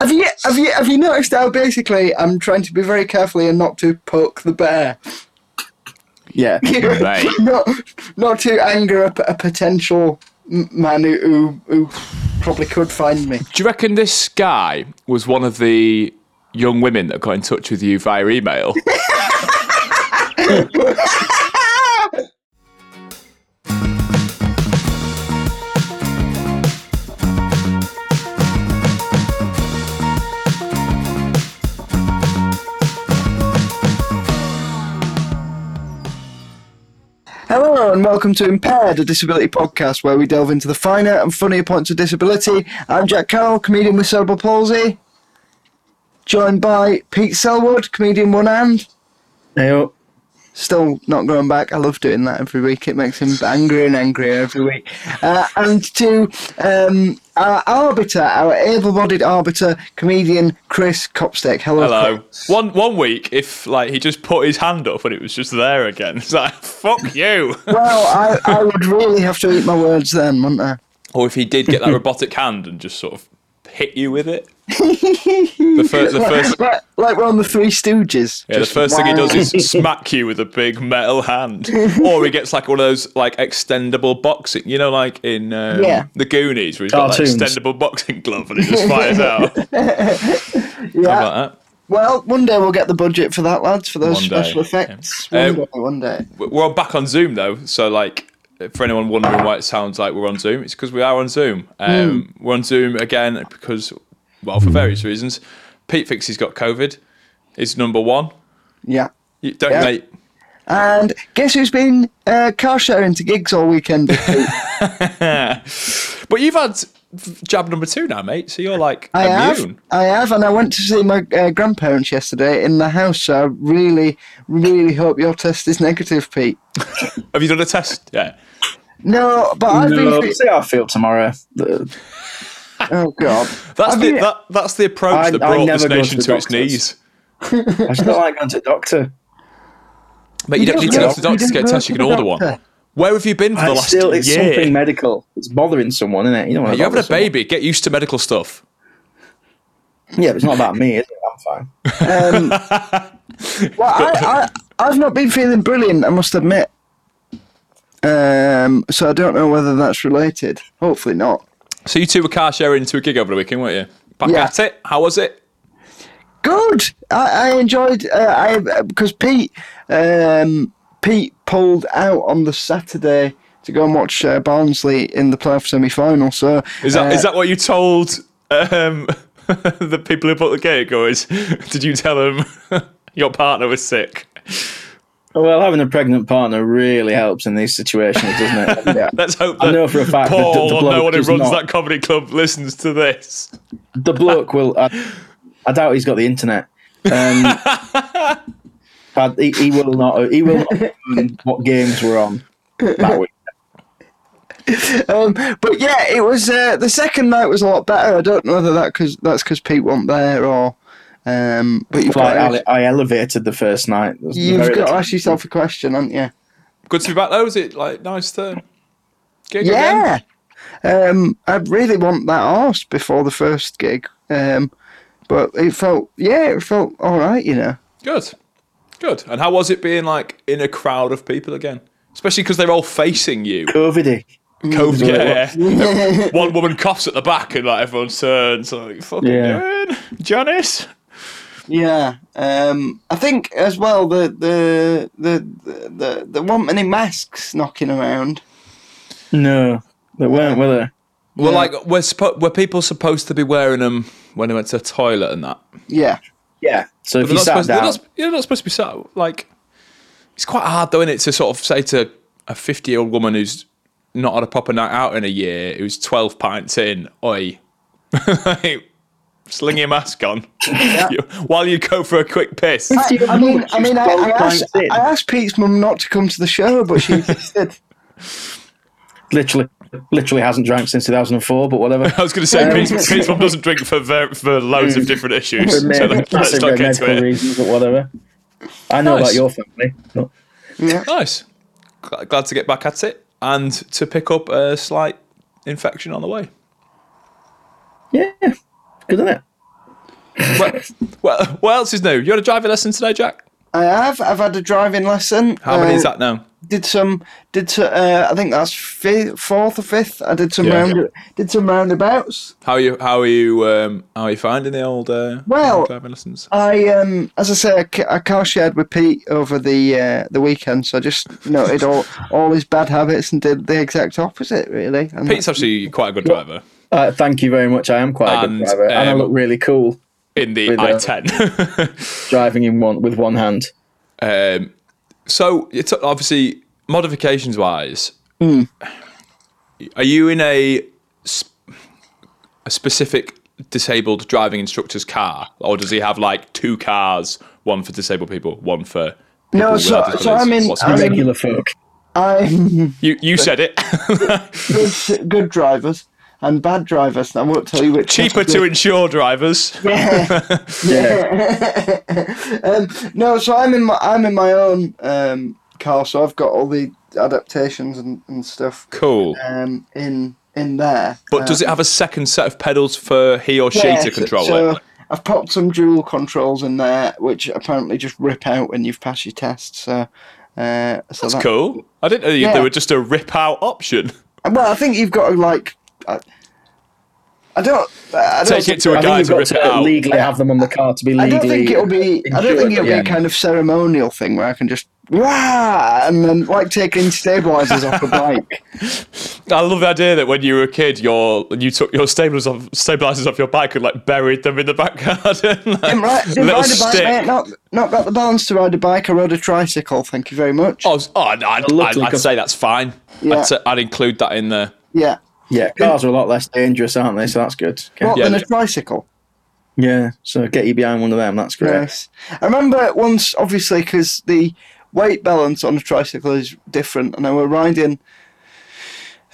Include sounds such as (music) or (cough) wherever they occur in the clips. Have you have you have you noticed how basically I'm trying to be very carefully and not to poke the bear? (laughs) Yeah, Right. not not to anger a, a potential m- man who, who who probably could find me. Do you reckon this guy was one of the young women that got in touch with you via (laughs) email? Hello and welcome to Impaired, a disability podcast where we delve into the finer and funnier points of disability. I'm Jack Carroll, comedian with cerebral palsy, joined by Pete Selwood, comedian one hand. Now, Still not going back. I love doing that every week. It makes him angrier and angrier every week. Uh, and to um, our arbiter, our able-bodied arbiter, comedian Chris Copstick. Hello. Hello. Chris. One one week, if like he just put his hand up and it was just there again, it's like fuck you. Well, I, I would really have to eat my words then, wouldn't I? or if he did get that robotic hand and just sort of hit you with it. the, fir- (laughs) the first, like, like we're on the Three Stooges. yeah, the Just first thing he wow. does is smack you with a big metal hand, or he gets like one of those like extendable boxing, you know, like in um, Yeah. the Goonies, where he's got that Cartoons. extendable boxing glove and it just fires out. How about that? Well, one day we'll get the budget for that, lads, for those One day, special yeah. effects. One Um, day, one day. we're on back on Zoom though, so like for anyone wondering why it sounds like we're on Zoom, it's because we are on Zoom. Um, We're on Zoom again because, well, for various reasons. Pete Fixie's got COVID. It's number one. Yeah. You don't Yeah. mate. And guess who's been uh, car sharing to gigs all (laughs) weekend? But you've had jab number two now, mate. So you're like I have. immune. I have. And I went to see my uh, grandparents yesterday in the house. So I really, really hope your test is negative, Pete. Have. you done a test? Yeah. No, but I've no, been. see how I feel tomorrow. The- Oh, God. That's I've the been- that, that's the approach I- that I brought this never go nation to to, the its doctors. knees. I just don't like going to the doctor. Mate, you, don't don't need to go- go to you the doctor to don't get a go test. You to can the order one. doctor. Where have you been for the I last still, it's year? something medical. It's bothering someone, isn't it? You don't want to. You're having a baby. Get used to medical stuff. Yeah, but it's not about me. Is it? I'm fine. Um, (laughs) Well, I, I, I've not been feeling brilliant, I must admit. Um, so I don't know whether that's related. Hopefully not. So you two were car sharing to a gig over the weekend, weren't you? Back Yeah. at it. How was it? Good. I, I enjoyed. Uh, I because Pete um, Pete pulled out on the Saturday to go and watch uh, Barnsley in the playoff semi final. So Is that is uh, that what you told um, (laughs) the people who bought the gig, or is, did you tell them (laughs) your partner was sick? Well, having a pregnant partner really helps in these situations, doesn't it? (laughs) Yeah. Let's hope that I know for a fact that the- Paul the or no bloke one who is runs not. that comedy club listens to this. the bloke will. I, I doubt he's got the internet. Um, (laughs) but he, he will not. He will not own what games were on that week. Um, but yeah, it was uh, the second night was a lot better. I don't know whether that cause that's because Pete wasn't there or. Um, but you've Like, got to, I, I elevated the first night. There was you've very got to little- ask yourself a question, haven't you? Good to be back though. Is it like nice to gig again? Yeah. Um, I really want that arse before the first gig. Um, but it felt, yeah, it felt all right, you know. Good, good. And how was it being like in a crowd of people again? Especially because they're all facing you. COVIDy. COVID. (laughs) (laughs) One woman coughs at the back and like everyone turns like fucking Yeah. doing Janice. Yeah. Um, I think as well the the the the there weren't many masks knocking around. No, they weren't, were they? Well, like were suppo- were people supposed to be wearing them when they went to the toilet and that? Yeah. Yeah. So if They're you not, sat supposed, they're, down, not, they're not supposed to be sat like. It's quite hard though, is it, to sort of say to a fifty-year-old woman who's not had a proper night out in a year, who's twelve pints in, oi, (laughs) like, sling your mask on while (laughs) you go for a quick piss. I, I mean, I mean, I, I, asked, She's I asked Pete's mum not to come to the show, but she (laughs) insisted. literally, literally hasn't drank since 2004, but (laughs) whatever. I was going to say, Pete's, Pete's mum doesn't drink for ver- for loads of different issues. So Mm. For med- let's massive not get medical to it. reasons, but whatever. I know Nice. about your family. but- Yeah. Nice. Gl- Glad to get back at it and to pick up a slight infection on the way. yeah, good, isn't it? well, (laughs) well, what else is new? You had a driving lesson today, Jack? I have. I've had a driving lesson. How many is Uh, that now? Did some. Did so- uh, I think that's fi fourth or fifth. I did some Yeah. round. Did some roundabouts. How are you? How are you? Um, how are you finding the old uh, Well, old driving lessons? I um, as I say, I, ca- I car shared with Pete over the uh, the weekend, so I just noted all all his bad habits and did the exact opposite, really. And Pete's actually quite a good driver Uh, thank you very much. I am quite a And, good driver, and I um, look really cool in the With, uh, (laughs) i10. driving in one with one hand. um, so it's obviously modifications wise. Hmm. Are you in a sp- a specific disabled driving instructor's car, or does he have like two cars, one for disabled people, one for people No, with so- other so I'm disabilities? in- What's- I'm in- Regular folk. I'm you you (laughs) said it. good, good drivers and bad drivers, and I won't tell you which. Cheaper to insure drivers. Yeah, No, so I'm in my I'm in my own um, car, so I've got all the adaptations and, and stuff Cool. um, in in there. But does it have a second set of pedals for he or she to control so it? I've popped some dual controls in there, which apparently just rip out when you've passed your test. So, uh, so That's that- cool. I didn't know you, Yeah. they were just a rip out option. Well, I think you've got to like. I, I don't. I don't Take it to think- a I guy think you've to got rip it to out. legally have them on the car to be I legally. don't think it'll be. I don't think it'll insured. be a kind of ceremonial thing where I can just wah and then like taking stabilizers off a (laughs) bike. I love the idea that when you were a kid, your you took your stabilizers off, stabilizers off your bike and like buried them in the back garden. (laughs) like, Didn't ride, didn't little ride a bike, stick. mate. Not, not got the balance to ride a bike. I rode a tricycle. Thank you very much. Oh, s- oh no, I'd, looked I'd, like I'd a- say that's fine. Yeah. I'd, say, I'd include that in there. Yeah, Yeah, cars are a lot less dangerous, aren't they? So that's good. Okay. what Yeah. than a tricycle. Yeah, so get you behind one of them. That's great. Yes. I remember once, obviously, because the weight balance on a tricycle is different, and I were riding.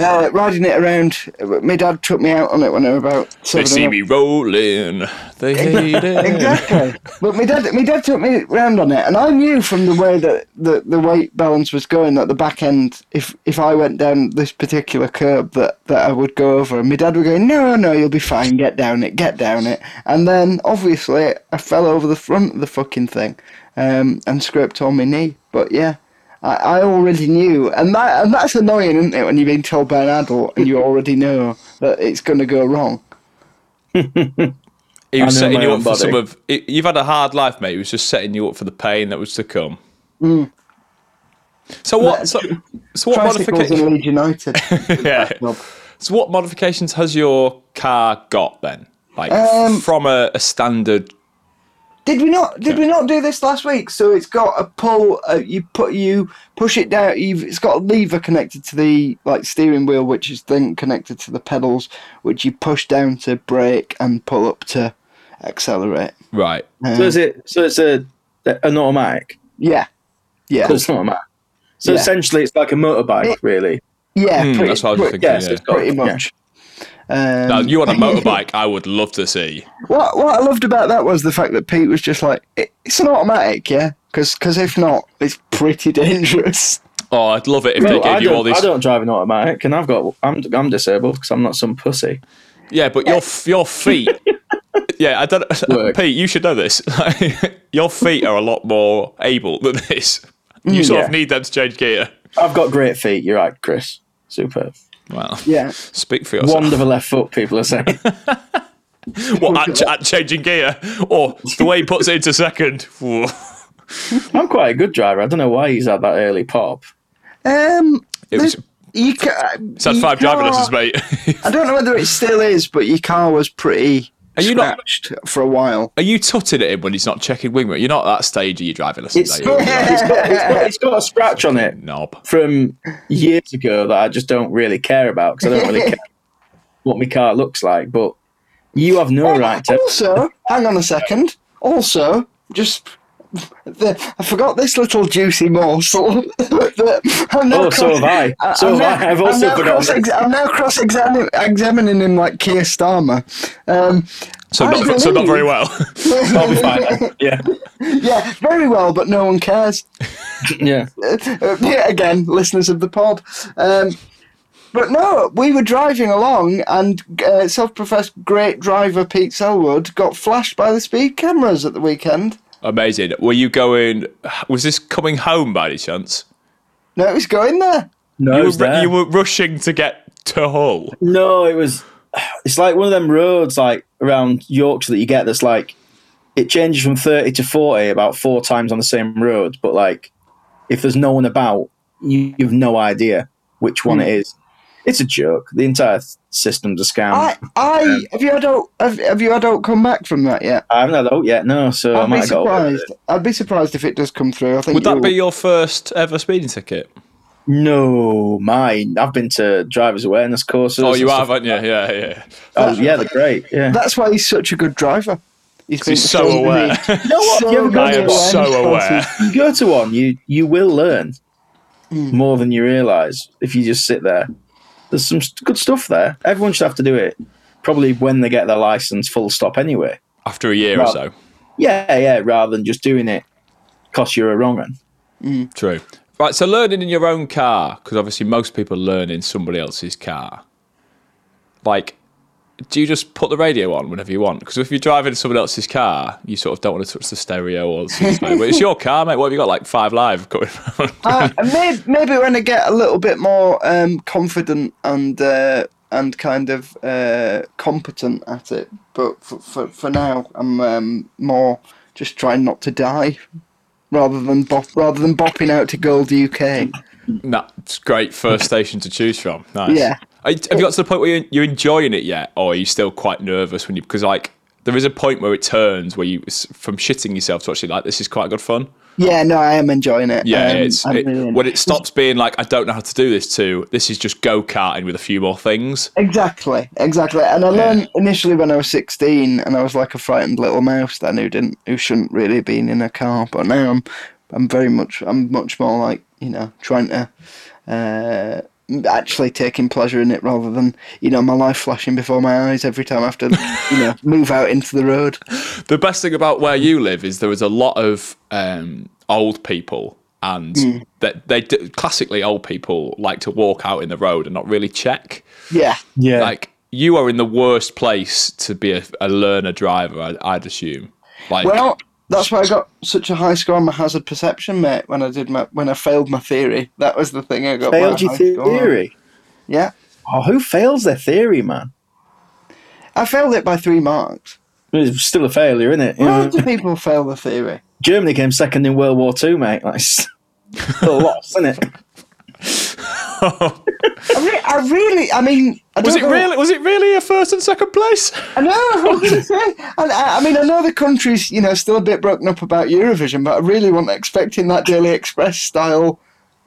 Uh, riding it around, my dad took me out on it when I was about They seven. see and a- me rolling. (laughs) They hate it. Exactly. but my dad, my dad took me round on it, and I knew from the way that the, the weight balance was going that the back end, if if I went down this particular curb, that, that I would go over. And my dad would go, no, no, you'll be fine. Get down it. Get down it. And then obviously I fell over the front of the fucking thing, um, and scraped on my knee. But yeah. I, I already knew, and that and that's annoying, isn't it? When you've been told by an adult and you already know that it's going to go wrong. He was I know setting my you own up for some body. of. i- You've had a hard life, mate. He was just setting you up for the pain that was to come. So what? So, so what Mm. Tricycles (laughs) modification? and Leeds United. (laughs) Yeah. Job. So what modifications has your car got then? Like Um, from a, a standard. Did we not? Did we not do this last week? So it's got a pull. Uh, you put you push it down. You've, it's got a lever connected to the like steering wheel, which is then connected to the pedals, which you push down to brake and pull up to accelerate. Right. So is it? So it's a an automatic. Yeah, yeah, So it's not a Mac. So Yeah. essentially, it's like a motorbike, really. yeah. Hmm, pretty, that's what I was pretty, thinking. yeah, so Yeah. it's got- pretty yeah. much. Um, Now, (laughs) you on a motorbike, I would love to see. What what I loved about that was the fact that Pete was just like, "It- it's an automatic, yeah, because if not, it's pretty (laughs) dangerous. Oh, I'd love it if Well, they I, gave you don't, all these. I don't drive an automatic, and I've got I'm I'm disabled because I'm not some pussy. Yeah, but (laughs) your f- your feet. yeah, I don't. (laughs) Work. Pete, you should know this. (laughs) your feet are a lot more able than this. You sort of Mm, yeah. need them to change gear. I've got great feet. You're right, Chris. Superb. Well, Yeah, speak for yourself. Wonderful left foot. People are (laughs) saying. Well, (laughs) at, ch- at changing gear, or the way he puts it into second. I'm quite a good driver. I don't know why he's had that early pop. um, It was- there's- you ca- He's had you five driving can't- lessons, mate. (laughs) I don't know whether it still is, but your car was pretty Are you not- scratched for a while. Are you tutting at him when he's not checking wingman? You're not at that stage of your driving lessons, It's are you? got, it's, got, it's, got, it's got a scratch on it Knob. from years ago that I just don't really care about because I don't really (laughs) care what my car looks like. But you have no (laughs) right to. Also, hang on a second. Also, just the, I forgot this little juicy morsel. (laughs) that I'm now Oh, so cross- have I. So I'm have now- I. I've also I'm now forgotten cross- this. I'm now cross-examining examining him like Keir Starmer. Um, So I not, so not very believe- well. (laughs) I'll be fine. Yeah, (laughs) yeah, very well, but no one cares. yeah. (laughs) Uh, yeah, again, listeners of the pod. Um, But no, we were driving along, and uh, self-professed great driver Pete Selwood got flashed by the speed cameras at the weekend. Amazing. Were you going? Was this coming home by any chance? No, it was going there. No, You it were, was there. you were rushing to get to Hull. no, it was. It's like one of them roads like around Yorkshire that you get that's like it changes from thirty to forty about four times on the same road, but like if there's no one about, you, you've no idea which Hmm. one it is. It's a joke. The entire th- system's a scam. I, I, I have you adult have, have you adult come back from that yet? haven't had out yet. No, so I I'd might be have got. away with it. surprised. I'd be surprised if it does come through. I think Would that you'll- be your first ever speeding ticket? No, mine. I've been to drivers' awareness courses. Oh, you and have, stuff. haven't you? Yeah, yeah. Oh, yeah, they're great. Yeah. That's why he's such a good driver. He's, been He's to so many- aware. You know what? so If you ever (laughs) go I to am one, so aware. you go to one, you you will learn more than you realize if you just sit there. There's some st- good stuff there. Everyone should have to do it. Probably when they get their license, full stop. Anyway. After a year or Well- so. Yeah, yeah. Rather than just doing it, cause you're a wrong one. True. Right, so learning in your own car, because obviously most people learn in somebody else's car. Like, do you just put the radio on whenever you want? Because if you're driving in somebody else's car, you sort of don't want to touch the stereo or the speaker. (laughs) but it's your car, mate. What have you got? Like five live (laughs) going around? Uh, maybe, maybe when I get a little bit more um, confident and uh, and kind of uh, competent at it, but for for, for now, I'm um, more just trying not to die, rather than bop, rather than bopping out to Gold UK. That's great first station to choose from. Nice. Yeah. Are you- have you got to the point where you're, you're enjoying it yet, or are you still quite nervous when you? Because like there is a point where it turns where you it's from shitting yourself to actually like this is quite good fun. Yeah, no, I am enjoying it. Yeah, Um, it's I'm it, really- when it stops being like I don't know how to do this to this is just go karting with a few more things. Exactly, exactly. And I learned initially when I was sixteen, and I was like a frightened little mouse then who didn't, who shouldn't really have been in a car. But now I'm, I'm very much, I'm much more like you know trying to, uh, actually taking pleasure in it rather than you know my life flashing before my eyes every time I have to you (laughs) know move out into the road. The best thing about where you live is there is a lot of um, old people, and that they, do, classically old people like to walk out in the road and not really check. Yeah, Yeah. like you are in the worst place to be a, a learner driver I'd, I'd assume like Well, that's why I got such a high score on my hazard perception, mate. When I did my, when I failed my theory, that was the thing I got. my failed your high score on. theory. Yeah, Oh, who fails their theory, man? I failed it by three marks. It's still a failure, isn't it? You know? Loads of people fail the theory. Germany came second in World War Two, mate. That's (laughs) a loss, isn't it? I, re- I really, I mean, I was don't it know- really was it really a first and second place I know. (laughs) I, I I mean, I know the country's, you know, still a bit broken up about Eurovision, but I really wasn't expecting that Daily Express style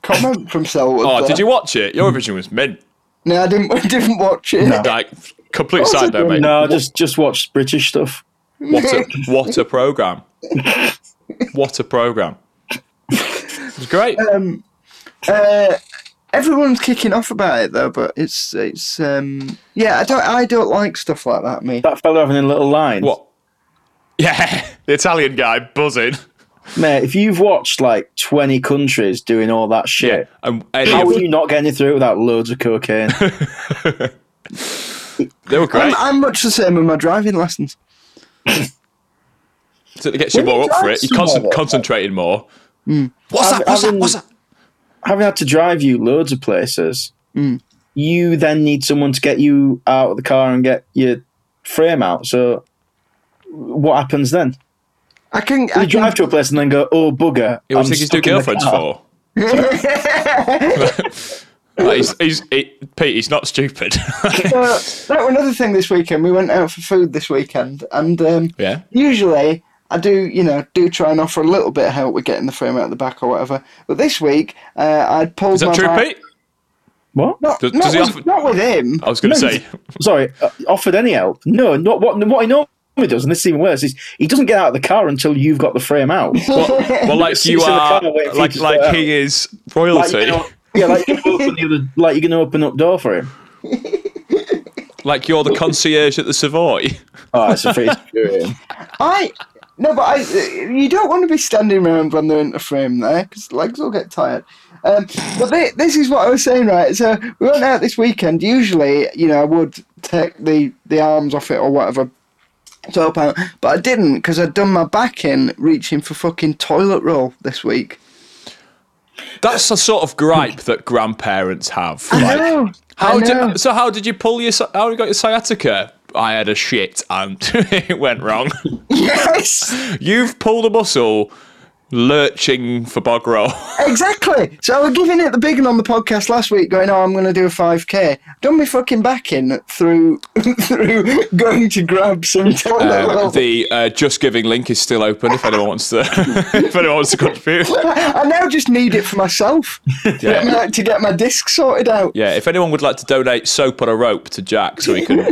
comment from Selwood. oh there. did you watch it Eurovision was mint No, I didn't. (laughs) I didn't watch it. like complete side note mate (laughs) No, just just watch British stuff. what a (laughs) what a program what a program it was great Um, Uh, everyone's kicking off about it though, but it's it's um yeah. I don't I don't like stuff like that. Me. That fella having a little line. what yeah (laughs) the Italian guy buzzing Mate, if you've watched like 20 countries doing all that shit, and any how of are you not getting through it without loads of cocaine? they were great I'm, Um, I'm much the same with my driving lessons. so it gets you When you more up for drive it you're concent- somewhere- concentrating more Hmm. what's that what's that having- what's that having had to drive you loads of places, you then need someone to get you out of the car and get your frame out. So what happens then? I can. I You can drive to a place and then go, oh, bugger. Who do I'm you think he's doing stuck in the girlfriends car." for? (laughs) Like, he's, he's, he, Pete, he's not stupid. (laughs) uh, that were another thing this weekend. We went out for food this weekend, and um, Yeah. usually I do, you know, do try and offer a little bit of help with getting the frame out the back or whatever. But this week, uh, I pulled Is that my true, bike- Pete? What? Not, Does- not does he with, offer- Oh, not with him. I was going to say. Sorry, uh, offered any help? No, not what, what he normally does, and this is even worse, is he doesn't get out of the car until you've got the frame out. Well, like you Sits in the are, car waiting for you like to like sort he is Like, royalty. you know, yeah, like you're gonna open the other, like you're gonna open up door for him. like you're (laughs) the concierge at the Savoy. Oh, it's (laughs) a face. period. I no, but I you don't want to be standing around when they're in the frame there because legs will get tired. Um, but thi- this is what I was saying, right? So we went out this weekend. Usually, you know, I would take the, the arms off it or whatever to help out, but I didn't because I'd done my back in reaching for fucking toilet roll this week. That's the sort of gripe that grandparents have. I Like, know. how I know. did, so how did you pull your sci- how you got your sciatica? I had a shit and (laughs) it went wrong. (laughs) yes, You've pulled a muscle lurching for (laughs) bog roll. exactly. So I was giving it the big one on the podcast last week, going, "Oh, I'm going to do a 5k." Done my fucking back in through (laughs) through going to grab some toilet Um, roll. the uh, Just Giving link is still open if anyone wants to (laughs) if anyone wants to contribute. I now just need it for myself to, get my, to get my disc sorted out. Yeah, if anyone would like to donate soap on a rope to Jack so (laughs) he can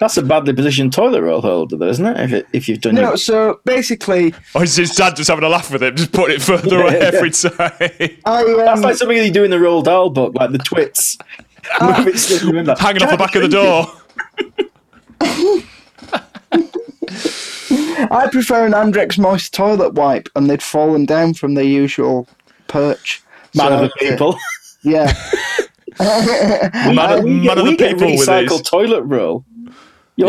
That's a badly positioned toilet roll holder, though, isn't it? If it, if you've done No, your, so basically, Or is Oh, his dad just having a laugh with him, just putting it further away every time? (laughs) I um, that's like something you do in the Roald Dahl book, like (laughs) the twits. Move it, slip, remember. Hanging off the back of the door. I prefer an Andrex moist toilet wipe, and they'd fallen down from their usual perch. man So, of the people. Yeah, (laughs) Man, of- we man get, of we the get people with recycled his. toilet roll. You're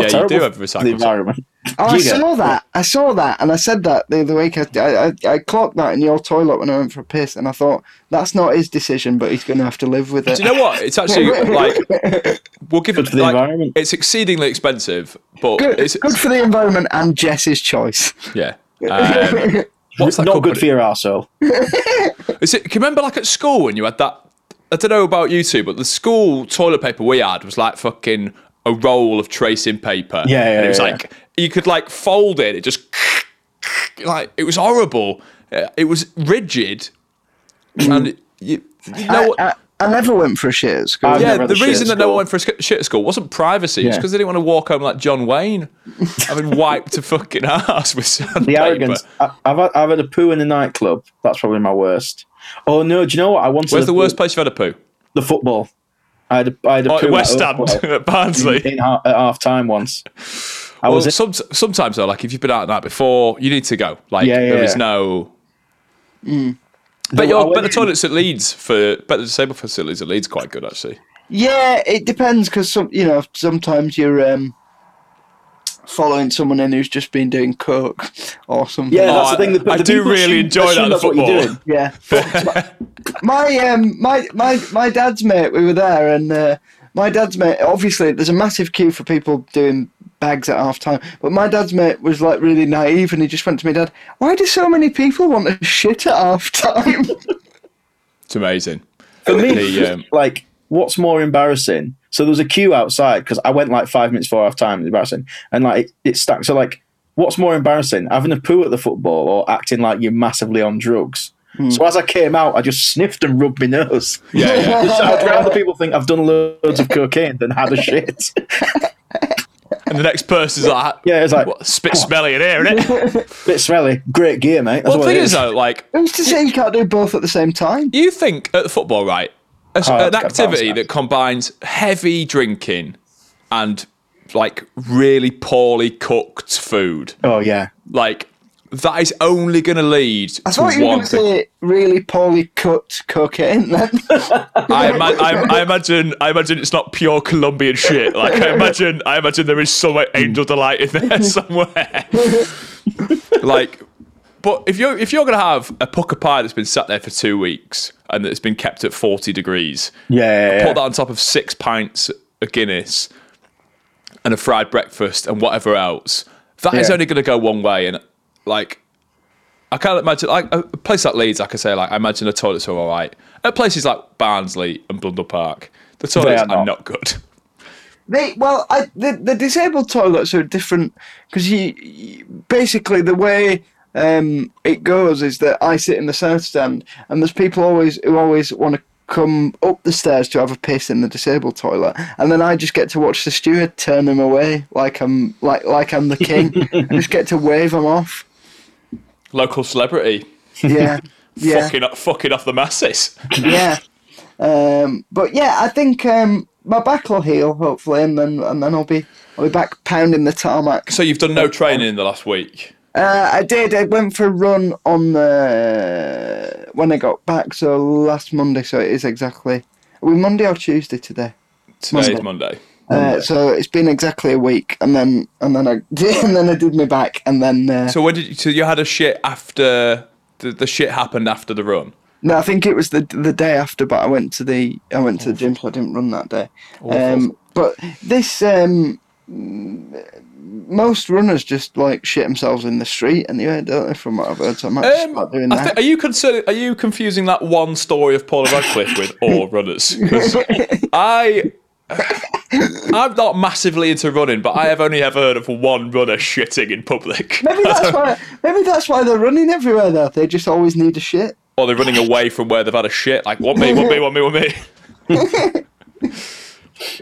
Yeah, you do terrible have for recycled the environment. oh, I You get- saw that. I saw that, and I said that the other week. I, I, I- I clocked that in your toilet when I went for a piss, and I thought that's not his decision, but he's going to have to live with it. Do you know what? It's (laughs) actually like we'll give it for the like, environment. It's exceedingly expensive, but good, it's good for the environment and Jess's choice. yeah. Um, what's that Not good company? for your arsehole. Is it? Can you remember, like at school when you had that? I don't know about you two, but the school toilet paper we had was like fucking a roll of tracing paper. Yeah, yeah, and it was yeah, like you could like fold it. It just like it was horrible. Uh, It was rigid, and it- you, you know what? Um, I, I never went for a shit at school. I yeah, never the, had a shit reason at that no school. one went for a sk- shit at school wasn't privacy. It's Yeah. because they didn't want to walk home like John Wayne, having wiped a fucking ass with sandpaper. The arrogance. I, I've, had, I've had a poo in a nightclub. That's probably my worst. Oh no! Do you know what I wanted? Where's a the poo- worst place you've had a poo? The football. I had a, I had a Oh, poo at at West Oakwell Stand (laughs) at Barnsley. in ha- at half time once. I Well, was in- some, sometimes though, like if you've been out the night before, you need to go. Like Yeah, there yeah, is yeah. no. But I your went better in- toilets at Leeds for better disabled facilities at Leeds are quite good actually. Yeah, it depends because some, you know, sometimes you're um, following someone in who's just been doing coke or something. Yeah, Oh, that's the thing. The, I- I the do people really assume- enjoy that in assume that's what you're football. doing. yeah. But my um, my my my dad's mate. We were there, and uh, my dad's mate. Obviously, there's a massive queue for people doing bags at half time. But my dad's mate was like really naive, and he just went to me, Dad, why do so many people want to shit at half time? (laughs) It's amazing. For (laughs) me, The, um, (laughs) like, what's more embarrassing? So there was a queue outside because I went like five minutes before half time. It's embarrassing, and like it, it stuck. So like, what's more embarrassing, having a poo at the football or acting like you're massively on drugs? So as I came out, I just sniffed and rubbed my nose. Hmm. Yeah, yeah. (laughs) So I'd rather people think I've done loads of cocaine than had a shit. (laughs) and the next person's like, Yeah, it's like what, spit smelly in here, (laughs) isn't it? bit smelly. Great gear, mate. That's well, the what thing it is is. though, like Who's to say you can't do both at the same time? you think at the football, right? a s- Oh, an that's- activity that's- that combines heavy drinking and like really poorly cooked food, oh yeah. like that is only going to lead I to thought you were going to one (laughs) thing. say really poorly cut (laughs) cocaine then. I, ima- I, I imagine I imagine it's not pure Colombian shit. Like (laughs) I imagine I imagine there is some Mm. like, angel delight in there somewhere. like, but if you're if you're gonna have a pucker pie that's been sat there for two weeks and that's been kept at forty degrees, Yeah, yeah, yeah. put that on top of six pints of Guinness and a fried breakfast and whatever else, that is Yeah. only going to go one way. And like, I can't imagine like a place like Leeds. I can say like I imagine the toilets are all right. At places like Barnsley and Blundell Park, the toilets are are not. not good. They well, I, the the disabled toilets are different because you, you- basically the way um, it goes is that I sit in the south stand and there's people always who always want to come up the stairs to have a piss in the disabled toilet and then I just get to watch the steward turn them away like I'm like like I'm the king. I just get to wave them off. Local celebrity, Yeah, yeah. fucking up, fucking off the masses. yeah. Um, but yeah, I think um, my back will heal hopefully, and then and then I'll be I'll be back pounding the tarmac. So you've done no training in the last week. Uh, I did. I went for a run on the when I got back, so last Monday. So it is exactly. Are we Monday or Tuesday today? Today's Monday. Monday. Uh, so it's been exactly a week, and then and then I (laughs) did, and then I did my back, and then uh, So when did you, so you had a shit after the, the shit happened after the run? no, I think it was the the day after. But I went to the I went to the gym, so I didn't run that day. Um, but this um, most runners just like shit themselves in the street, and anyway, don't they? From what I've heard, so I might just Um, start doing I that. thi- are you concerned? Are you confusing that one story of Paula Radcliffe with (laughs) all runners? 'Cause I, I'm not massively into running, but I have only ever heard of one runner shitting in public, Maybe that's (laughs) why. Maybe that's why they're running everywhere. Though they just always need a shit. or they're running away from where they've had a shit. Like want me, want me, want me, want me.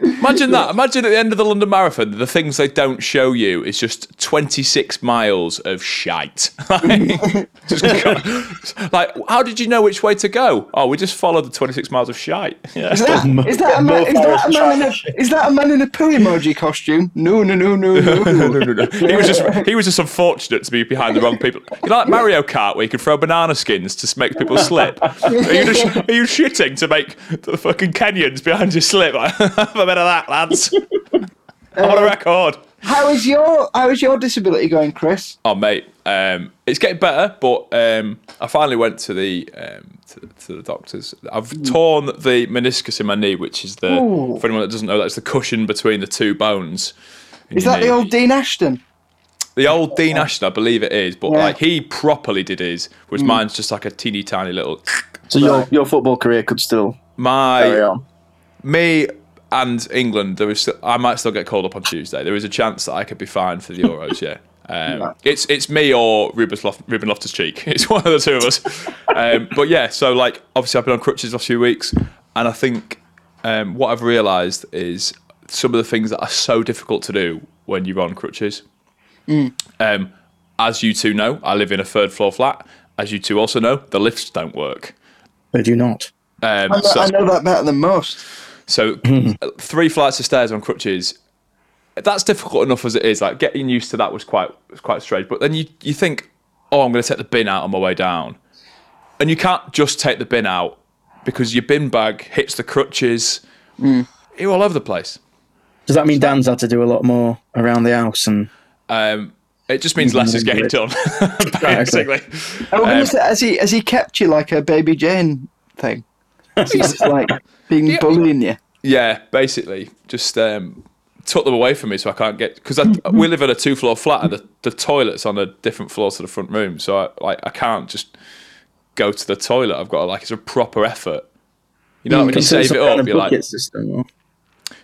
Imagine that. Imagine at the end of the London Marathon, the things they don't show you is just 26 miles of shite. (laughs) Like, just go- like, how did you know which way to go? Oh, we just followed the 26 miles of shite. Yeah. Is that, is that, a, man, is, that a man in a, is that a man in a poo emoji costume? No, no, no, no, (laughs) no. He (laughs) was just he was just unfortunate to be behind the wrong people. You know, like Mario Kart, where you could throw banana skins to make (laughs) people slip. Are you, just, are you shitting to make the fucking Kenyans behind you slip? (laughs) Have a bit of that, lads. I Uh, want a record. How is your How is your disability going, Chris? Oh mate, um, it's getting better, but um, I finally went to the um, to, to the doctors. I've torn the meniscus in my knee, which is the Hmm. Ooh. for anyone that doesn't know, that's the cushion between the two bones. in Is your that the knee. old Dean Ashton? The old Dean Ashton, I believe it is, but Yeah. like he properly did his, Mm. whereas mine's just like a teeny tiny little. So your your football career could still carry My on. me and England, there is. Still, I might still get called up on Tuesday. There is a chance that I could be fined for the Euros. Yeah, um, it's it's me or Ruben, Lof- Ruben Loftus Cheek. (laughs) It's one of the two of us. um, but yeah, so like obviously I've been on crutches the last few weeks, and I think um, what I've realised is some of the things that are so difficult to do when you're on crutches. Mm. Um, as you two know, I live in a third floor flat. As you two also know, the lifts don't work. They do not. Um, I know, so- I know that better than most. so uh, three flights of stairs on crutches. That's difficult enough as it is. Like getting used to that was quite was quite strange. But then you you think, oh, I'm going to take the bin out on my way down, and you can't just take the bin out because your bin bag hits the crutches. You're all over the place. Does that mean Dan's had to do a lot more around the house and Um, it just means less is getting done, (laughs) basically. I was gonna Um, say, has he Has he kept you like a baby Jane thing? Is he just (laughs) like being bullying you? Yeah, basically, just um, took them away from me so I can't get (laughs) because we live in a two floor flat and the, the toilet's on a different floor to the front room, so I like I can't just go to the toilet. I've got to like it's a proper effort. You know, when you Consider save some it Mm, kind up, of you're like bucket system, or-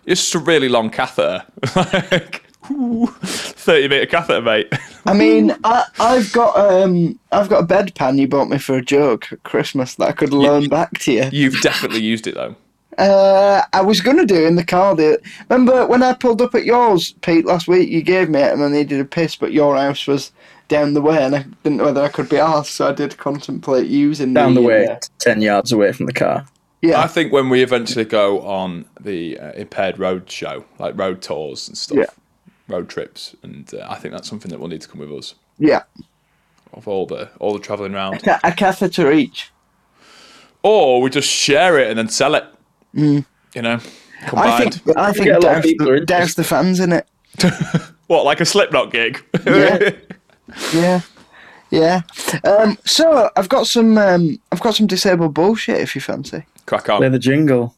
it's just a really long catheter, (laughs) like ooh, thirty meter catheter, mate. (laughs) I mean, I, I've got um, I've got a bedpan you bought me for a joke at Christmas that I could loan back to you. You've definitely used it though. Uh, I was gonna do in the car. The, remember when I pulled up at yours, Pete, last week? You gave me it, and I needed a piss, but your house was down the way, and I didn't know whether I could be arsed, so I did contemplate using down the uh, way, ten yards away from the car. yeah, I think when we eventually go on the uh, impaired road show, like road tours and stuff, Yeah. road trips, and uh, I think that's something that will need to come with us. yeah, of all the all the travelling round, Ca- a catheter each. or we just share it and then sell it. You know, I combined. think I think get a lot of douse people are the, interested. douse the fans in it. what like a Slipknot gig? Yeah. Yeah, yeah. Um, so I've got some um, I've got some disabled bullshit if you fancy. (laughs) Crack Play on. the jingle.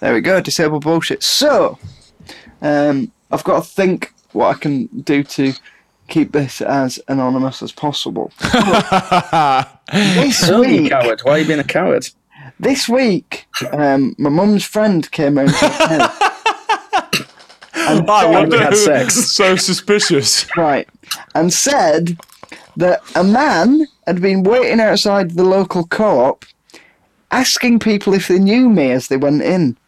There we go, disabled bullshit. So, um, I've got to think what I can do to keep this as anonymous as possible. this Oh, you week, coward! Why are you being a coward? this week, um, my mum's friend came round to the house. I wonder had who- sex. So suspicious. right, and said that a man had been waiting outside the local co-op, asking people if they knew me as they went in.